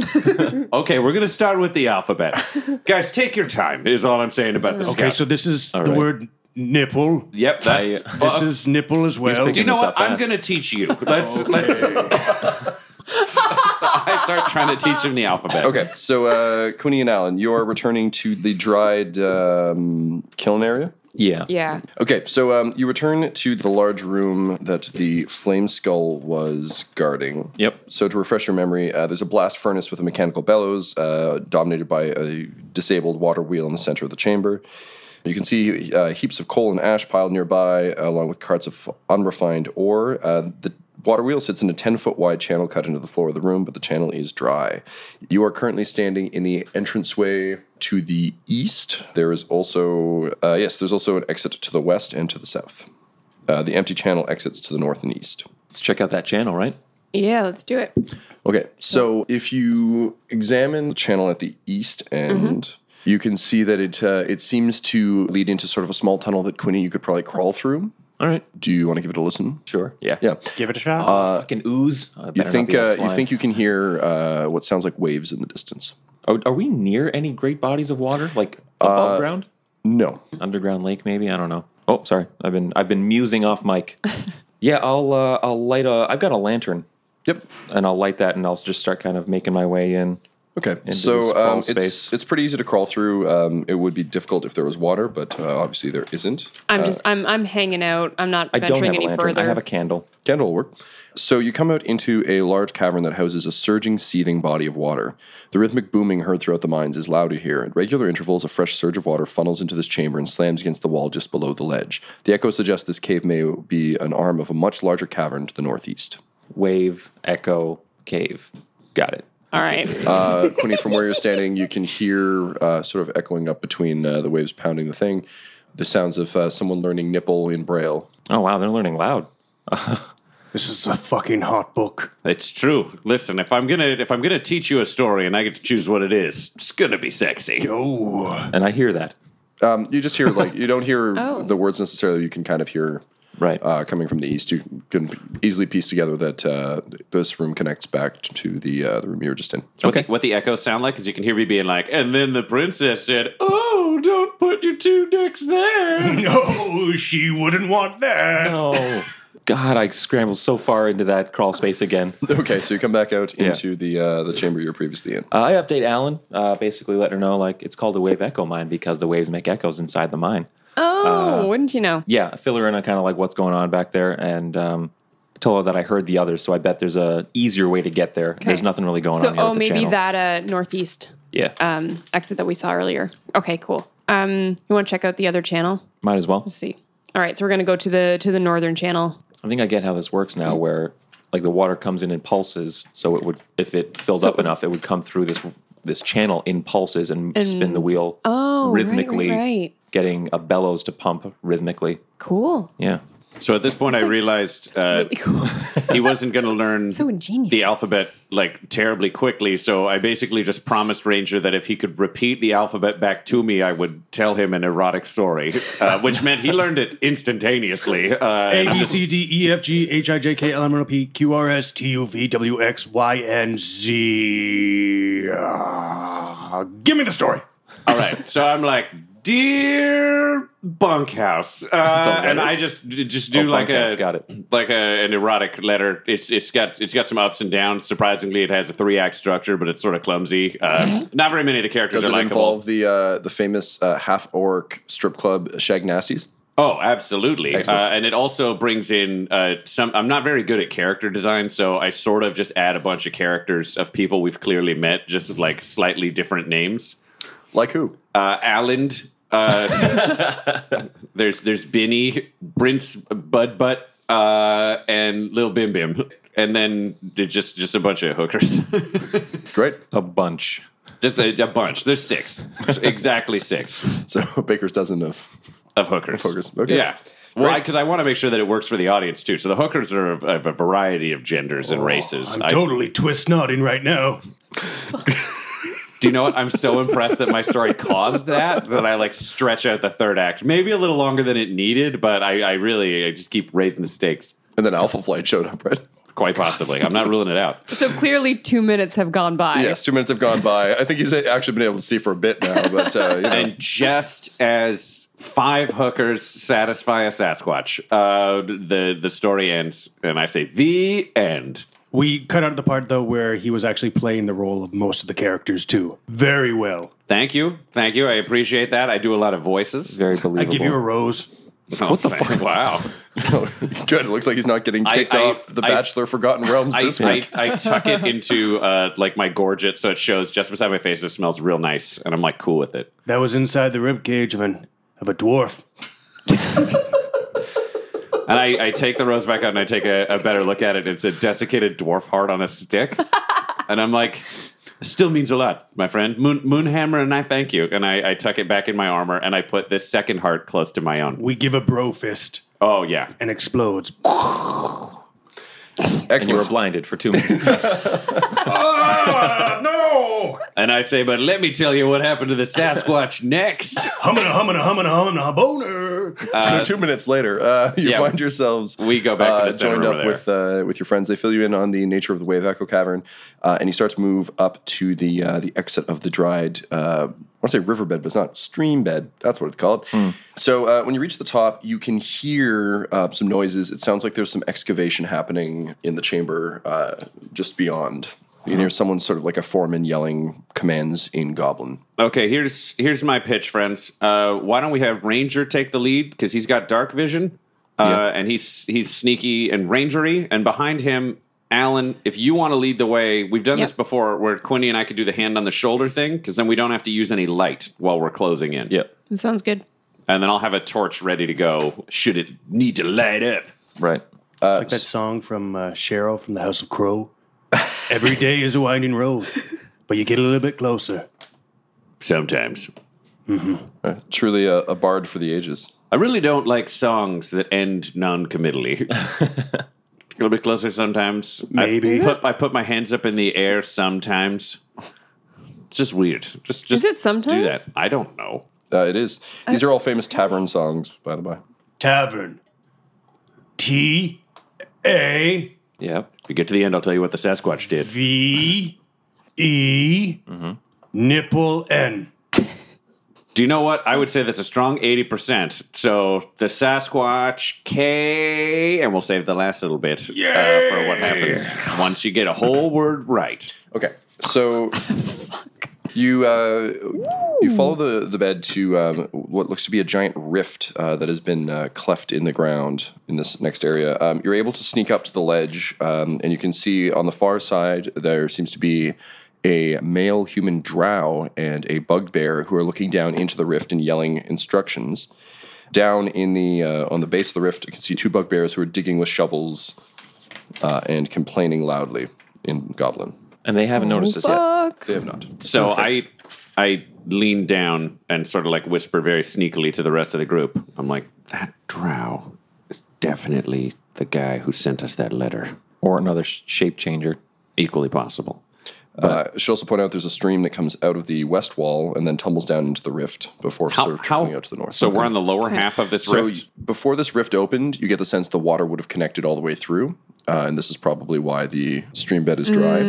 S6: Okay, we're gonna start with the alphabet,
S3: *laughs*
S6: guys. Take your time is all I'm saying about this.
S3: okay, so this is the word nipple.
S6: yep, that's
S3: This is nipple as well.
S6: Do you
S4: picking
S6: know
S4: this
S6: what?
S4: up
S6: I'm
S4: fast.
S6: going to teach
S4: *laughs*
S6: you. Let's let's. so I start trying to teach him the alphabet.
S2: Okay, so uh, Cooney and Allen, you are returning to the dried um, kiln area.
S4: Yeah.
S5: yeah.
S2: Okay, so um, you return to the large room that the flame skull was guarding.
S4: Yep.
S2: So to refresh your memory, uh, there's a blast furnace with a mechanical bellows, uh, dominated by a disabled water wheel in the center of the chamber. You can see uh, heaps of coal and ash piled nearby, along with carts of unrefined ore. Uh, the water wheel sits in a 10 foot wide channel cut into the floor of the room, but the channel is dry. You are currently standing in the entranceway to the east. There is also, uh, yes, there's also an exit to the west and to the south. Uh, the empty channel exits to the north and east.
S4: Let's check out that channel, right?
S5: Yeah, let's do it.
S2: Okay, so if you examine the channel at the east end, you can see that it uh, it seems to lead into sort of a small tunnel that Quinny you could probably crawl through.
S4: All right.
S2: Do you want to give it a listen?
S4: Sure. Yeah. Uh,
S2: Yeah,
S3: Give it a shot.
S6: Uh,
S4: Fucking ooze. I better
S2: you
S4: not
S2: think
S4: be on
S2: uh, you
S4: slime.
S2: think you can hear uh, what sounds like waves in the distance.
S4: oh, Are, are we near any great bodies of water, like above ground,
S2: No,
S4: underground lake? Maybe I don't know. Oh, sorry, I've been I've been musing off *laughs* mic. yeah, I'll uh, I'll light a. I've got a lantern,
S2: yep.
S4: and I'll light that, and I'll just start kind of making my way in.
S2: Okay,
S4: Into this
S2: so
S4: crawl
S2: um,
S4: space.
S2: it's it's pretty easy to crawl through. Um, it would be difficult if there was water, but uh, obviously there isn't.
S5: I'm just I'm I'm hanging out. I'm not
S4: Uh, I don't have
S5: venturing
S4: a
S5: any
S4: lantern.
S5: further.
S4: I have a candle.
S2: Candle will work. So you come out into a large cavern that houses a surging, seething body of water. The rhythmic booming heard throughout the mines is loud to hear. At regular intervals, a fresh surge of water funnels into this chamber and slams against the wall just below the ledge. The echo suggests this cave may be an arm of a much larger cavern to the northeast.
S4: Wave, echo, cave. Got it.
S5: All right.
S2: Uh, Quinny, from where you're standing, you can hear uh, sort of echoing up between uh, the waves pounding the thing, the sounds of uh, someone learning nipple in braille.
S4: Oh wow, they're learning loud.
S3: this is a fucking hot book.
S6: It's true. Listen, if I'm gonna if I'm gonna teach you a story and I get to choose what it is, it's gonna be sexy.
S3: Oh,
S4: And I hear that.
S2: Um, you just hear like you don't hear
S5: Oh.
S2: the words necessarily. You can kind of hear
S4: Right.
S2: uh, coming from the east. You can easily piece together that uh, this room connects back to the uh, the room you were just in.
S6: Okay. What the echoes sound like is you can hear me being like, and then the princess said, "Oh, don't put your two dicks
S4: *laughs*
S6: there."
S3: no, she wouldn't want that.
S4: oh *laughs* God, I scrambled so far into that crawl space again.
S2: *laughs* Okay, so you come back out into the uh, the chamber you were previously in.
S4: Uh, I update Alan, uh, basically let her know like it's called a wave echo mine because the waves make echoes inside the mine.
S5: oh, wouldn't you know?
S4: Yeah, I fill her in on kind of like what's going on back there, and um, I told her that I heard the others, so I bet there's a easier way to get there. There's nothing really going
S5: So
S4: on. Here
S5: oh,
S4: with the
S5: maybe
S4: channel.
S5: that uh northeast
S4: Yeah,
S5: um exit that we saw earlier. Okay, cool. Um, you want to check out the other channel?
S4: might as well.
S5: Let's see. All right, so we're gonna go to the to the northern channel.
S4: I think I get how this works now, where like the water comes in in pulses, so it would if it filled up enough, it would come through this this channel in pulses and, spin the wheel
S5: Oh, right, right,
S4: rhythmically,
S5: right.
S4: getting a bellows to pump rhythmically.
S5: Cool.
S4: Yeah.
S6: so at this point, I realized
S5: *laughs*
S6: uh,
S5: Really cool.
S6: he wasn't gonna learn
S5: so ingenious.
S6: the alphabet like terribly quickly. So I basically just promised Ranger that if he could repeat the alphabet back to me, I would tell him an erotic story,
S4: *laughs*
S6: uh, which meant he learned it instantaneously. Uh,
S3: A B C D E F G H I J K L M N O P Q R S T U V W X Y N Z. Ah, Give me the story.
S6: All right. So I'm like, dear bunkhouse, uh, and I just just do
S4: Oh,
S6: like a
S4: Bunkhouse, got it.
S6: like a, an erotic letter. It's it's got it's got some ups and downs. Surprisingly, it has a three act structure, but it's sort of clumsy. Uh,
S4: Mm-hmm.
S6: not very many of the characters
S2: Does it
S6: are likable.
S2: involve the uh, the famous uh, half orc strip club Shag Nasties?
S6: Oh, absolutely. Uh,
S2: Excellent.
S6: and it also brings in uh, some. I'm not very good at character design, so I sort of just add a bunch of characters of people we've clearly met, just with, like slightly different names.
S2: Like who?
S6: Uh, Alland. Uh, there's there's Benny, Brince, Bud Butt, uh, and Lil Bim Bim, and then it just just a bunch of hookers, *laughs*
S2: Great.
S4: A bunch.
S6: just a, a bunch. There's six, exactly six
S2: So *laughs* Baker's dozen of
S6: of hookers.
S2: hookers. Okay.
S6: Yeah. Well, because I, want to make sure that it works for the audience too. So the hookers are of, of a variety of genders and races.
S3: I'm
S6: I-
S3: totally twist nodding right now.
S6: do you know what? I'm so impressed that my story caused that that I like stretch out the third act, maybe a little longer than it needed, but I, I really I just keep raising the stakes.
S2: and then Alpha Flight showed up, right?
S6: Quite possibly. I'm not ruling it out.
S5: So clearly, two minutes have gone by.
S2: Yes, two minutes have gone by. I think he's actually been able to see for a bit now, but uh, you know.
S6: And just as five hookers satisfy a Sasquatch, uh, the the story ends, and I say the end.
S3: We cut out the part though where he was actually playing the role of most of the characters too. Very well.
S6: Thank you, thank you. I appreciate that. I do a lot of voices.
S4: Very believable.
S3: I give you a rose.
S6: what the fuck? Oh, Wow.
S2: *laughs* Good. It looks like he's not getting
S6: I-
S2: kicked
S6: I-
S2: off the
S6: I-
S2: Bachelor Forgotten Realms
S6: I,
S2: this
S6: I,
S2: week.
S6: I tuck it into uh, like my gorget so it shows just beside my face. It smells real nice, and I'm like cool with it.
S3: That was inside the rib cage of an of a dwarf.
S6: And I, I take the rose back out and I take a, a better look at it. It's a desiccated dwarf heart on a *laughs* stick. and I'm like, still means a lot, my friend. Moon, Moonhammer and I thank you. And I, I tuck it back in my armor and I put this second heart close to my own.
S3: We give a bro fist
S6: Oh, yeah.
S3: and explodes.
S4: And you were
S2: Excellent.
S4: blinded for two minutes. *laughs*
S6: no! And I say, but let me tell you what happened to the Sasquatch next.
S3: Humming, humming, humming, humming, boner.
S2: so two minutes later, uh, *laughs* you
S6: yeah.
S2: find yourselves
S6: We go back to
S2: uh,
S6: the center
S2: joined
S6: over
S2: up
S6: there.
S2: with uh, with your friends. They fill you in on the nature of the wave echo cavern, uh, and you start to move up to the uh, the exit of the dried. Uh, I want to say riverbed, but it's not stream bed. That's what it's called.
S6: Hmm.
S2: So uh, when you reach the top, you can hear uh, some noises. It sounds like there's some excavation happening in the chamber uh, just beyond. You can hear someone sort of like a foreman yelling commands in Goblin.
S6: Okay, here's here's my pitch, friends. Uh, why don't we have Ranger take the lead because he's got dark vision, uh, and he's he's sneaky and rangery, and behind him, Alan. If you want to lead the way, we've done this
S5: Yep.
S6: before, where Quinny and I could do the hand on the shoulder thing, because then we don't have to use any light while we're closing in.
S4: yep.
S5: That sounds good.
S6: and then I'll have a torch ready to go should it need to light up.
S4: Right.
S3: It's like that song from uh, Cheryl from the House of
S6: *laughs*
S3: Crow. Every day is a winding road, but you get a little bit closer.
S6: Sometimes
S2: Uh, truly a, a bard for the ages.
S6: I really don't like songs that end non-committally. A little bit closer sometimes.
S3: Maybe.
S6: I put, I put my hands up in the air sometimes. It's just weird. Just, just
S5: Is it
S6: do
S5: sometimes?
S6: that. I don't know.
S2: Uh, it is. These are all famous tavern songs, by the by.
S3: Tavern. T A
S4: Yep.
S6: If we get to the end, I'll tell you what the Sasquatch did.
S3: V E
S6: Mm-hmm.
S3: nipple N.
S6: Do you know what? I would say that's a strong 80%. So the Sasquatch K, and we'll save the last little bit uh, for what happens once you get a whole word right.
S2: Okay, so you uh, you follow the the bed to um, what looks to be a giant rift uh, that has been uh, cleft in the ground in this next area. Um, you're able to sneak up to the ledge, um, and you can see on the far side there seems to be a male human drow and a bugbear who are looking down into the rift and yelling instructions. Down in the uh, on the base of the rift, you can see two bugbears who are digging with shovels uh, and complaining loudly in Goblin.
S4: And they haven't noticed us yet.
S5: Fuck.
S2: They have not.
S6: So I I lean down and sort of like whisper very sneakily to the rest of the group. I'm like, that drow is definitely the guy who sent us that letter.
S4: Or another sh- shape changer.
S6: Equally possible.
S2: Uh, I should also point out there's a stream that comes out of the west wall and then tumbles down into the rift before sort of trickling out to the north.
S6: So we're on the lower half of this
S2: so
S6: rift.
S2: y- before this rift opened, you get the sense the water would have connected all the way through, uh, and this is probably why the stream bed is dry.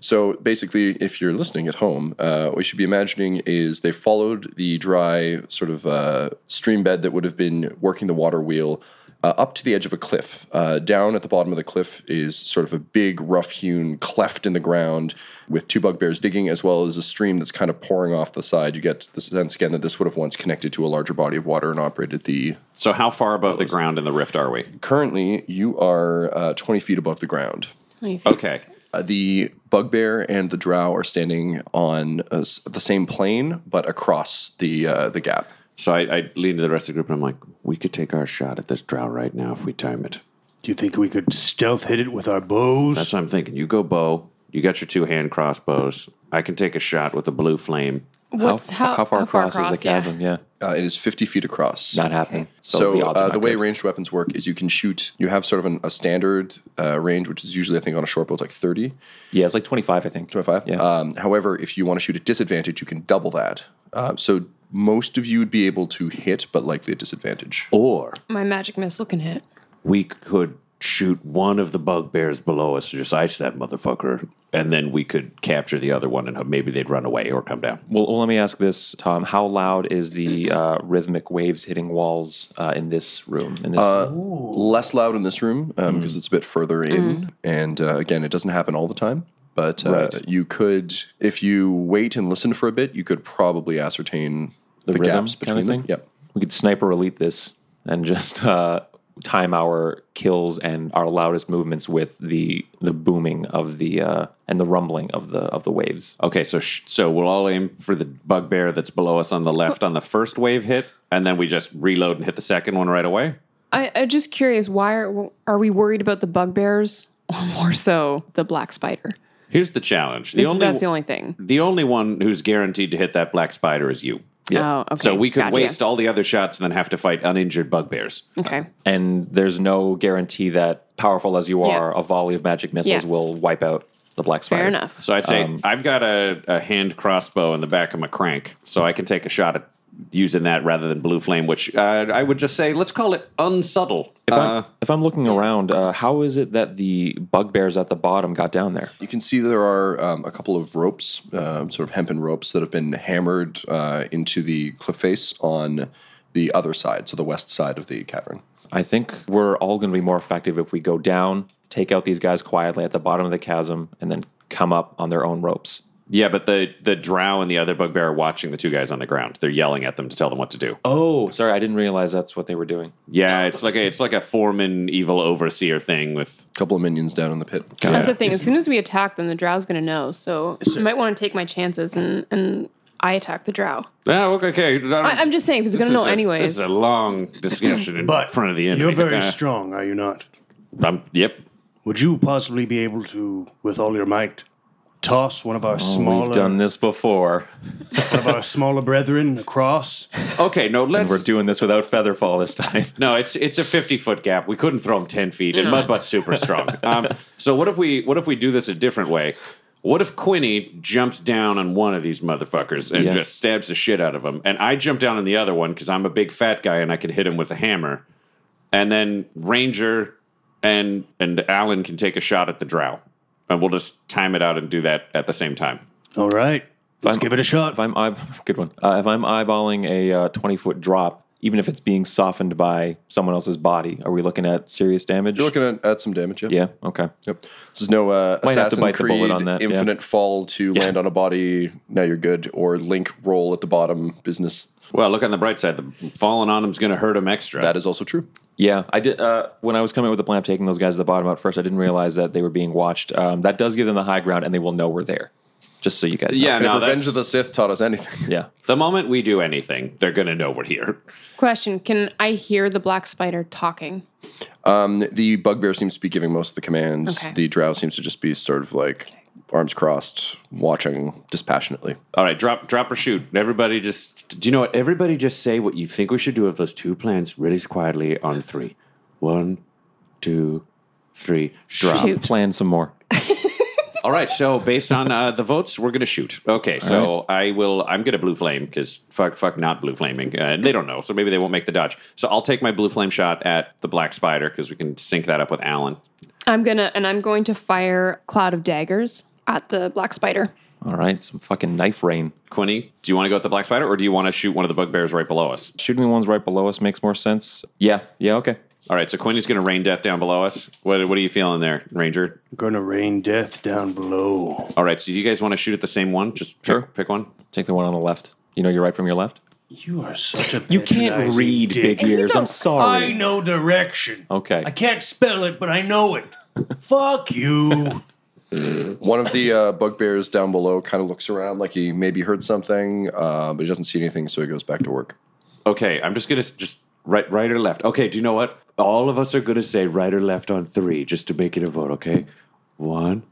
S2: So basically, if you're listening at home, uh, what you should be imagining is they followed the dry sort of uh, stream bed that would have been working the water wheel. Uh, up to the edge of a cliff. Uh, down at the bottom of the cliff is sort of a big, rough-hewn cleft in the ground, with two bugbears digging, as well as a stream that's kind of pouring off the side. You get the sense again that this would have once connected to a larger body of water and operated the
S6: so how far above the ground in the rift are we?
S2: currently you are uh, 20 feet above the ground
S6: Okay.
S2: uh, the bugbear and the drow are standing on uh, s- the same plane but across the uh, the gap
S6: So I, I lean to the rest of the group and I'm like, we could take our shot at this drow right now if we time it.
S3: Do you think we could stealth hit it with our bows?
S6: That's what I'm thinking. You go bow. You got your two hand crossbows. I can take a shot with a blue flame.
S5: What's
S4: how, how far across, is the
S5: yeah.
S4: chasm? Yeah.
S2: uh, it is 50 feet across
S4: Not happening. So,
S2: so
S4: the, odds are
S2: uh,
S4: not
S2: the way
S4: good.
S2: ranged weapons work is you can shoot you have sort of an, a standard uh, range which is usually i think on a short bow it's like 30
S4: Yeah, it's like 25, I think.
S2: 25.
S4: Yeah.
S2: Um, however, if you want to shoot at disadvantage, you can double that. Uh, so most of you would be able to hit, but likely at disadvantage.
S6: Or
S5: My magic missile can hit.
S6: we could shoot one of the bugbears below us, just ice that motherfucker, and then we could capture the other one, and ho- maybe they'd run away or come down.
S4: Well, well, let me ask this, Tom. How loud is
S2: *clears throat*
S4: the uh, rhythmic waves hitting walls uh, in this room? In this
S2: Uh, Less loud in this room because it's a bit further in, and uh, again, it doesn't happen all the time. But uh, you could, if you wait and listen for a bit, you could probably ascertain the,
S4: rhythm
S2: gaps
S4: kind
S2: between
S4: of thing?
S2: them. Yep.
S4: We could sniper elite this and just *laughs* uh, time our kills and our loudest movements with the the booming of the uh, and the rumbling of the of the waves.
S6: Okay, so sh- so we'll all aim for the bugbear that's below us on the left on the first wave hit, and then we just reload and hit the second one right away.
S5: I, I'm just curious. Why are, are we worried about the bugbears, or more so the black spider?
S6: Here's the challenge: the
S5: This-
S6: only
S5: that's the only thing.
S6: the only one who's guaranteed to hit that black spider is you.
S5: Yeah. Oh, okay.
S6: So we could
S5: Gotcha.
S6: waste all the other shots and then have to fight uninjured bugbears.
S5: Okay.
S4: and there's no guarantee that powerful as you
S5: Yeah.
S4: are, a volley of magic missiles
S5: Yeah.
S4: will wipe out the black spider.
S5: Fair enough.
S6: So I'd
S3: Um,
S6: say I've got a, a hand crossbow in the back of my crank, so I can take a shot at using that rather than blue flame, which uh, I would just say let's call it unsubtle.
S4: If,
S6: Uh,
S4: I'm, if I'm looking around, uh, how is it that the bugbears at the bottom got down there?
S2: You can see there are um, a couple of ropes, um, sort of hempen ropes, that have been hammered uh, into the cliff face on the other side, so the west side of the cavern.
S4: I think we're all going to be more effective if we go down, take out these guys quietly at the bottom of the chasm, and then come up on their own ropes.
S6: yeah, but the the drow and the other bugbear are watching the two guys on the ground. They're yelling at them to tell them what to do.
S4: Oh, sorry, I didn't realize that's what they were doing.
S6: Yeah, it's like a it's like a foreman evil overseer thing with
S2: A couple of minions down in the pit.
S5: That's the thing. As soon as we attack them, the drow's going to know. So you might want to take my chances and and I attack the drow.
S6: Oh, okay, okay.
S5: I, I'm just saying, if he's
S6: This
S5: going to know
S6: is a- This
S5: anyways.
S6: is a long discussion in
S3: *laughs* But
S6: front of the enemy.
S3: You're very
S6: Uh,
S3: strong, are you not?
S6: I'm- yep.
S3: Would you possibly be able to, with all your might, toss one of our smaller
S4: We've done this before,
S3: one of our smaller brethren across?
S6: Okay, no,
S4: and we're
S6: let's.
S4: doing this without Featherfall this *laughs* time.
S6: no, it's it's a fifty foot gap. We couldn't throw him ten feet, and Mudbutt's
S2: *laughs*
S6: super strong. Um, so what if we what if we do this a different way? What if Quinny jumps down on one of these motherfuckers and
S4: Yeah.
S6: just stabs the shit out of him, and I jump down on the other one because I'm a big fat guy and I can hit him with a hammer, and then Ranger and and Alan can take a shot at the Drow, and we'll just time it out and do that at the same time.
S3: All right, let's give it a shot.
S4: if I'm eye- good one. Uh, if I'm eyeballing a uh, 20 foot drop, even if it's being softened by someone else's body, are we looking at serious damage?
S2: You're looking at, at some damage, yeah.
S4: yeah. Okay.
S2: Yep. This is no uh,
S4: Might have to
S2: Assassin
S4: bite the
S2: Creed
S4: bullet on that, yeah.
S2: infinite fall to land on a body. Now you're good, or link roll at the bottom business.
S6: Well, look on the bright side. The falling on him's going to hurt him extra.
S2: That is also true.
S4: Yeah. I did uh, when I was coming up with the plan of taking those guys to the bottom out first. I didn't realize that they were being watched. Um, that does give them the high ground, and they will know we're there. Just so you guys. Know.
S6: yeah,
S2: And
S6: no,
S2: if Revenge
S6: that's,
S2: of the Sith taught us anything, *laughs*
S4: Yeah.
S6: the moment we do anything, they're going to know we're here.
S5: Question Can I hear the black spider talking?
S2: the bugbear seems to be giving most of the commands.
S5: Okay.
S2: The drow seems to just be sort of like arms crossed, watching dispassionately.
S6: All right, drop, drop or shoot. Everybody just, do you know what? Everybody just say what you think we should do of those two plans really quietly on three. One, two, three, drop.
S5: Shoot.
S4: Plan some more.
S6: All right, so based on uh, the votes, we're going to shoot. Okay, so I will, I'm going to blue flame because fuck, fuck not blue flaming. Uh, they don't know, so maybe they won't make the dodge. So I'll take my blue flame shot at the black spider because we can sync that up with Alan.
S5: I'm going to, and I'm going to fire Cloud of Daggers at the black spider.
S4: All right. Some fucking knife rain.
S6: Quinny, do you want to go with the black spider or do you want to shoot one of the bugbears right below us?
S4: Shooting the ones right below us makes more sense. Yeah. Yeah. Okay.
S6: All right, so Quinny's going to rain death down below us. What, what are you feeling there, Ranger?
S3: gonna rain death down below.
S6: All right, so you guys want to shoot at the same one? Just pick,
S4: Sure.
S6: pick one.
S4: Take the one on the left. You know your right from your left.
S3: You are such a
S4: You can't
S3: patronizing
S4: read
S3: dick.
S4: big ears. I'm sorry.
S3: I know direction.
S4: Okay.
S3: I can't spell it, but I know it. Fuck
S4: *laughs*
S3: you.
S2: One of the uh, bugbears down below kind of looks around like he maybe heard something, uh, but he doesn't see anything, so he goes back to work.
S6: Okay, I'm just going to just right, right or left. Okay, do you know what? All of us are going to say right or left on three just to make it a vote, okay? One,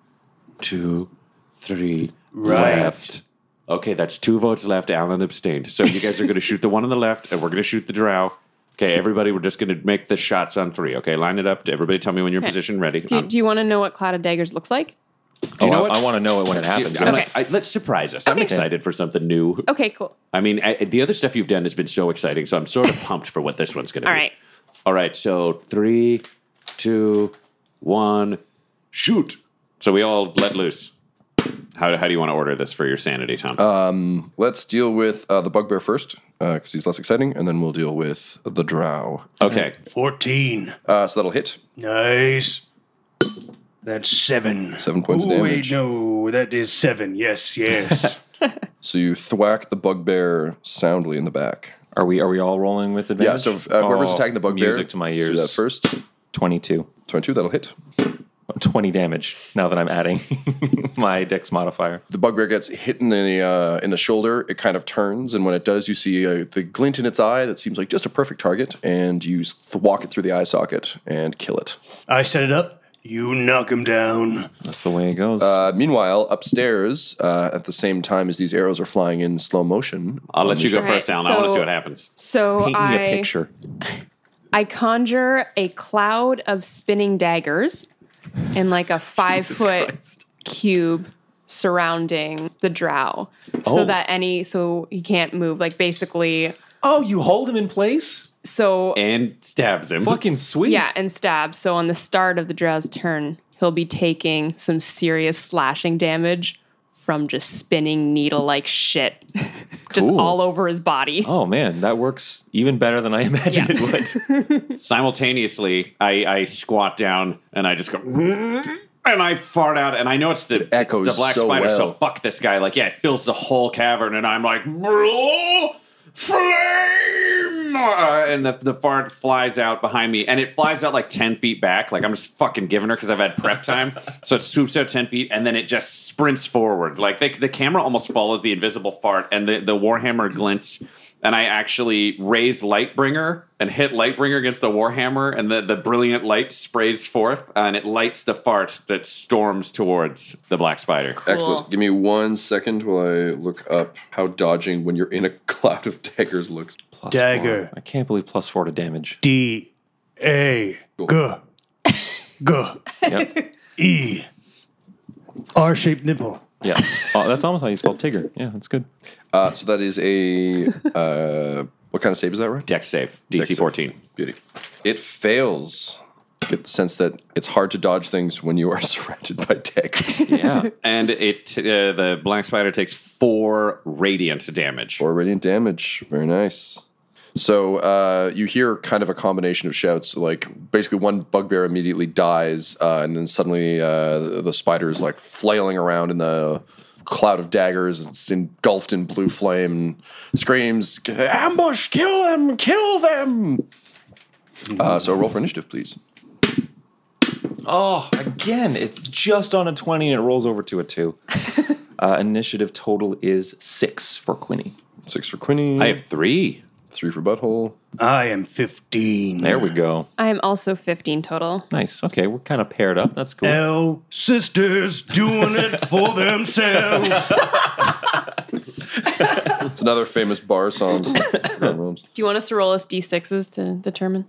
S6: two, three,
S3: Right.
S6: left. Okay, that's two votes left. Alan abstained. So you guys are going to shoot the one on the left, and we're going to shoot the drow. Okay, everybody, we're just going to make the shots on three. Okay, line it up. Everybody tell me when you're in position ready.
S5: Do,
S6: Um,
S5: do you want to know what Cloud of Daggers looks like?
S6: Do you
S4: Oh,
S6: know
S4: I-
S6: what?
S4: I, want to know it when it happens.
S6: I'm
S4: Yeah.
S6: like, I- let's surprise us. I'm
S5: Okay.
S6: excited for something new.
S5: Okay, cool.
S6: I mean, I, the other stuff you've done has been so exciting, so I'm sort of pumped for what this one's going to
S5: All
S6: be.
S5: right.
S6: All right. So three, two, one, shoot. So we all let loose. How, how do you want to order this for your sanity, Tom?
S2: Let's deal with uh, the bugbear first, because he's less exciting, and then we'll deal with the drow.
S6: okay.
S3: 14.
S2: Uh, so that'll hit.
S3: Nice. That's seven.
S2: Seven points of
S3: Ooh,
S2: damage.
S3: Wait, no, that is seven.
S2: *laughs*
S3: Yes, yes.
S2: So you thwack the bugbear soundly in the back.
S4: Are we are we all rolling with advantage?
S2: Yeah, so uh, whoever's
S4: Oh,
S2: attacking the bugbear.
S4: Music to my
S2: let's
S4: ears.
S2: Do that first.
S4: 22.
S2: 22, that'll hit.
S4: 20 Oh, damage now that I'm adding *laughs* my dex modifier.
S2: The bugbear gets hit in the, uh, in the shoulder. It kind of turns, and when it does, you see uh, the glint in its eye that seems like just a perfect target, and you thwack it through the eye socket and kill it.
S3: I set it up. You knock him down.
S4: That's the way it goes.
S2: Uh, meanwhile, upstairs, uh, at the same time as these arrows are flying in slow motion,
S6: I'll let you go
S5: Alright,
S6: first, Alan. I want to
S5: so-
S6: see what happens.
S5: So
S4: Paint
S5: I
S4: me a picture.
S5: I conjure a cloud of spinning daggers and like *laughs* a five foot cube surrounding the drow so that any so he can't move like basically
S4: Oh, you hold him in place?
S5: so
S6: And stabs him.
S4: Fucking sweet.
S5: yeah and stab so on the start of the drow's turn he'll be taking some serious slashing damage from just spinning needle like shit just
S4: Cool.
S5: all over his body
S4: Oh man, that works even better than I *laughs* imagined
S5: Yeah.
S4: it would.
S6: Simultaneously, I, I squat down and I just go, *laughs* and I fart out, and I know it's the, it's
S2: echoes
S6: the black
S2: so
S6: spider, so
S2: well.
S6: fuck this guy. Like, yeah, it fills the whole cavern, and I'm like, "Bro, flame! Uh, and the, the fart flies out behind me, and it flies out like 10 feet back. Like, I'm just fucking giving her because I've had prep time. so it swoops out 10 feet, and then it just sprints forward. Like, they, the camera almost follows the invisible fart, and the, the Warhammer glints. And I actually raise Lightbringer and hit Lightbringer against the Warhammer, and the, the brilliant light sprays forth, and it lights the fart that storms towards the Black Spider.
S2: Excellent. Give me one second while I look up how dodging when you're in a *laughs* cloud of daggers looks.
S4: Plus
S3: Dagger.
S4: four. I can't believe plus four to damage.
S3: D A G G
S4: Yep.
S2: *laughs*
S3: E R shaped nipple.
S4: Yeah. Oh, that's almost how you spell Tigger. Yeah, that's good.
S2: Uh, so that is a uh, what kind of save is that, right?
S6: Deck save,
S2: Dex
S6: DC
S2: save.
S6: 14.
S2: Beauty. It fails. Get the sense that it's hard to dodge things when you are *laughs* surrounded by daggers.
S4: Yeah.
S6: *laughs* And it uh, the Black Spider takes four radiant damage.
S2: Four radiant damage. Very nice. So uh, you hear kind of a combination of shouts. Like basically, one bugbear immediately dies, uh, and then suddenly uh, the, the spider is like flailing around in the cloud of daggers. It's engulfed in blue flame. Screams, "Ambush! Kill them! Kill them!" Uh, so roll for initiative, please.
S4: Oh, again, it's just on a 20 and it rolls over to a
S5: *laughs*
S4: 2. Uh, initiative total is 6 for Quinny.
S2: Six for Quinny.
S6: I have three.
S2: three for Butthole.
S3: I am 15.
S4: There we go.
S5: i am also 15 total
S4: Nice. Okay, we're kind of paired up. That's cool.
S3: L sisters doing it for themselves.
S2: It's another famous bar song.
S4: *laughs*
S2: from Realms.
S5: do you want us to roll us d6s to determine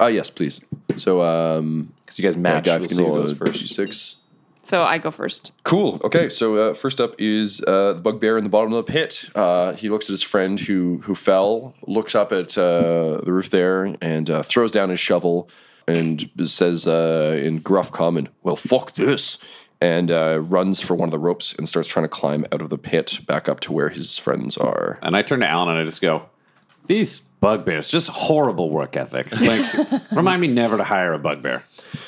S2: Ah, yes, please. So, um,
S4: Because you guys
S2: yeah,
S4: match.
S2: Guy,
S4: we'll
S2: if you
S4: see
S2: can
S4: who
S2: roll
S4: goes
S2: a
S4: first.
S2: D6.
S5: so i go first
S2: Cool. Okay, so uh, first up is uh, the bugbear in the bottom of the pit. Uh, he looks at his friend who who fell, looks up at uh, the roof there, and uh, throws down his shovel and says uh, in gruff common, "Well, fuck this." And uh, runs for one of the ropes and starts trying to climb out of the pit back up to where his friends are.
S6: And I turn to Alan and I just go, these bugbears, just horrible work ethic. Like, remind me never to hire a bugbear.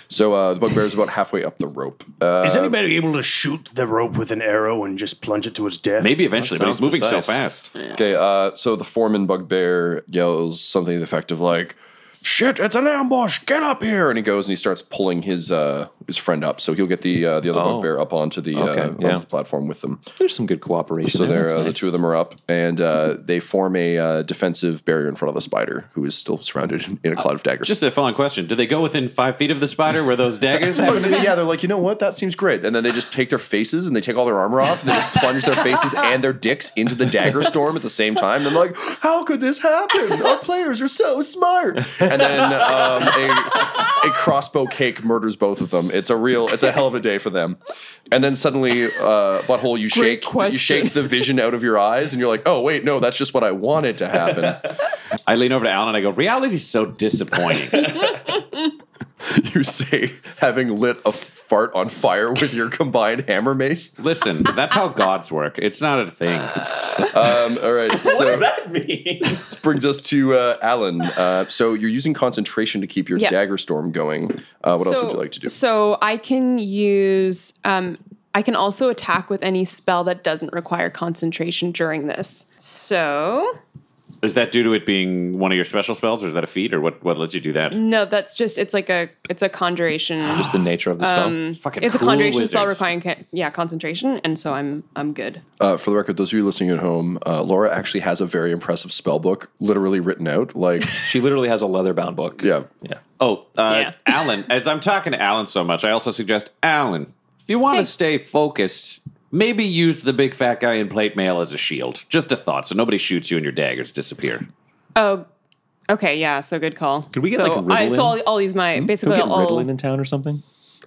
S2: So uh, the bugbear is about halfway up the rope. Uh,
S3: Is anybody able to shoot the rope with an arrow and just plunge it to his death?
S6: Maybe eventually, but he's moving so fast.
S2: Okay, uh, so the foreman bugbear yells something to the effect of like, "Shit, it's an ambush! Get up here!" And he goes and he starts pulling his uh, his friend up, so he'll get the uh, the other bugbear up onto the,
S4: Oh. Okay,
S2: uh, onto
S4: yeah.
S2: the platform with them.
S4: There's some good cooperation.
S2: So
S4: there.
S2: there,
S4: That's
S2: uh, the
S4: nice.
S2: two of them are up, and uh, they form a uh, defensive barrier in front of the spider, who is still surrounded in- in a cloud of daggers.
S6: Just a following question. Do they go within five feet of the spider where those
S2: *laughs*
S6: daggers
S2: Oh, and
S6: happen?
S2: then- yeah, they're like, you know what? That seems great. And then they just take their faces and they take all their armor off and they just plunge their faces and their dicks into the dagger storm at the same time. And they're like, how could this happen? Our players are so smart. And then um, a, a crossbow cake murders both of them. It's a real, it's a hell of a day for them. And then suddenly, uh, butthole, you shake, you
S5: question.
S2: shake the vision out of your eyes, and you're like, oh wait, no, that's just what I wanted to happen.
S6: I lean over to Alan and I go, reality's so disappointing.
S2: you say, having lit a fart on fire with your combined hammer mace.
S6: Listen, that's how gods work. It's not a thing.
S2: Um, all right. So *laughs* what does that mean? this brings us to uh, Alan. Uh, so you're using concentration to keep your
S5: Yeah.
S2: dagger storm going. Uh, what else would you like to do?
S5: So I can use. Um, I can also attack with any spell that doesn't require concentration during this. So
S6: Is that due to it being one of your special spells, or is that a feat, or what? What lets you do that?
S5: No, that's just it's like a it's a conjuration.
S4: Just the nature
S5: uh,
S4: of the spell.
S6: Fucking
S5: it's a
S6: cool
S5: conjuration spell
S6: wizards.
S5: requiring ca- yeah concentration, and so I'm I'm good.
S2: Uh, for the record, those of you listening at home, uh, Laura actually has a very impressive spell book, literally written out.
S5: *laughs*
S2: Like,
S4: she literally has a leather bound book.
S2: yeah,
S4: Yeah.
S6: Oh, uh,
S5: Yeah. *laughs*
S6: Alan. As I'm talking to Alan so much, I also suggest Alan. If you want to
S5: Hey.
S6: stay focused, maybe use the big fat guy in plate mail as a shield. Just a thought, so nobody shoots you and your daggers disappear.
S5: Oh, okay, yeah. So good call. Could
S4: we get,
S5: so
S4: like,
S5: I,
S4: Ritalin?
S5: so I'll, I'll use my
S4: Can
S5: basically
S4: we get
S5: I'll,
S4: Ritalin in town or something?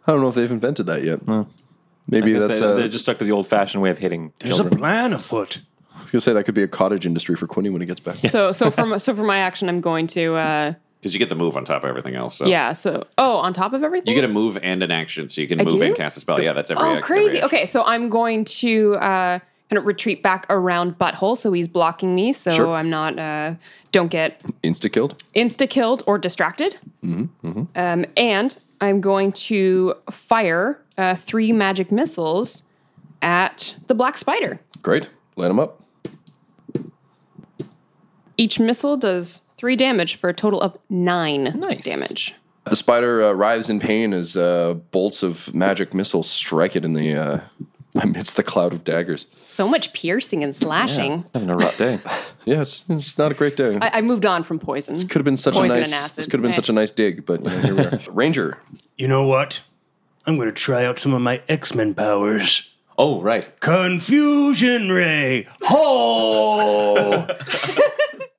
S2: I don't know if they've invented that yet. Maybe
S4: Because
S2: that's.
S4: they,
S2: uh,
S4: they're just stuck to the old fashioned way of hitting
S3: There's a
S4: children.
S3: plan afoot.
S2: I was gonna say that could be a cottage industry for Quinny when he gets back.
S5: so so for my, so for my action, I'm going to uh
S6: Because you get the move on top of everything else. So.
S5: yeah. So oh, on top of everything,
S6: You get a move and an action, so you can
S5: I
S6: move
S5: do?
S6: and cast a spell. Yeah, that's every.
S5: Oh,
S6: every
S5: crazy.
S6: action.
S5: Okay, so I'm going to uh, kind of retreat back around butthole, so he's blocking me, so
S2: Sure.
S5: I'm not uh, don't get
S2: Insta killed.
S5: insta killed or distracted. Um, and I'm going to fire uh, three magic missiles at the black spider.
S2: Great. Light him up.
S5: Each missile does three damage for a total of nine
S4: Nice.
S5: damage.
S2: The spider uh, writhes in pain as uh, bolts of magic missiles strike it in the uh, *laughs* amidst the cloud of daggers.
S5: So much piercing and slashing.
S4: Having a rough day.
S2: Yeah, it's, it's not a great day.
S5: I, I moved on from poison.
S2: could have been such
S5: Poison
S2: a
S5: and
S2: nice.
S5: acid.
S2: This could have been
S5: Eh.
S2: such a nice dig, but you know, here we are. Ranger.
S3: You know what? I'm going to try out some of my X Men powers.
S4: *laughs* oh, right.
S3: Confusion Ray! Ho!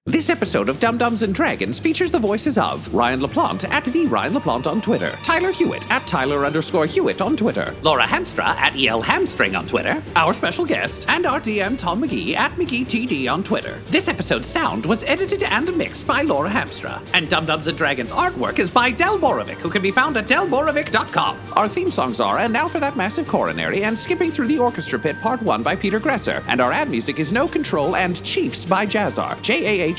S7: This episode of Dum Dums and Dragons features the voices of Ryan LaPlante at the Ryan LaPlante on Twitter, Tyler Hewitt at Tyler underscore Hewitt on Twitter, Laura Hamstra at EL Hamstring on Twitter, our special guest, and our DM Tom McGee at McGeeTD on Twitter. This episode's sound was edited and mixed by Laura Hamstra, and Dum Dums and Dragons artwork is by Del Borovic, who can be found at delborovic.com. Our theme songs are And Now for That Massive Coronary and Skipping Through the Orchestra Pit Part 1 by Peter Gresser, and our ad music is No Control and Chiefs by Jazzar, J A H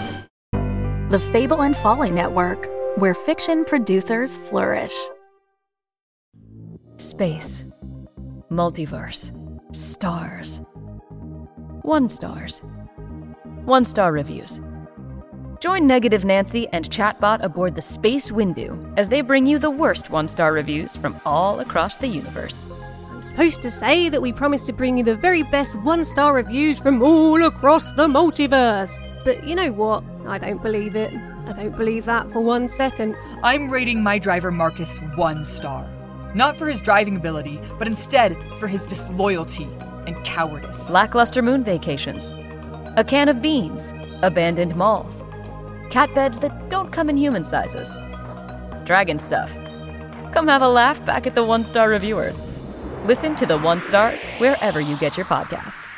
S8: The Fable and Folly Network, where fiction producers flourish.
S9: Space. Multiverse. Stars. One stars. One star reviews. Join Negative Nancy and Chatbot aboard the Space Windu as they bring you the worst one star reviews from all across the universe.
S10: I'm supposed to say that we promise to bring you the very best one star reviews from all across the multiverse. But you know what? I don't believe it. I don't believe that for one second.
S11: I'm rating my driver Marcus one star. Not for his driving ability, but instead for his disloyalty and cowardice.
S9: Lackluster moon vacations. A can of beans. Abandoned malls. Cat beds that don't come in human sizes. Dragon stuff. Come have a laugh back at the one star reviewers. Listen to the one stars wherever you get your podcasts.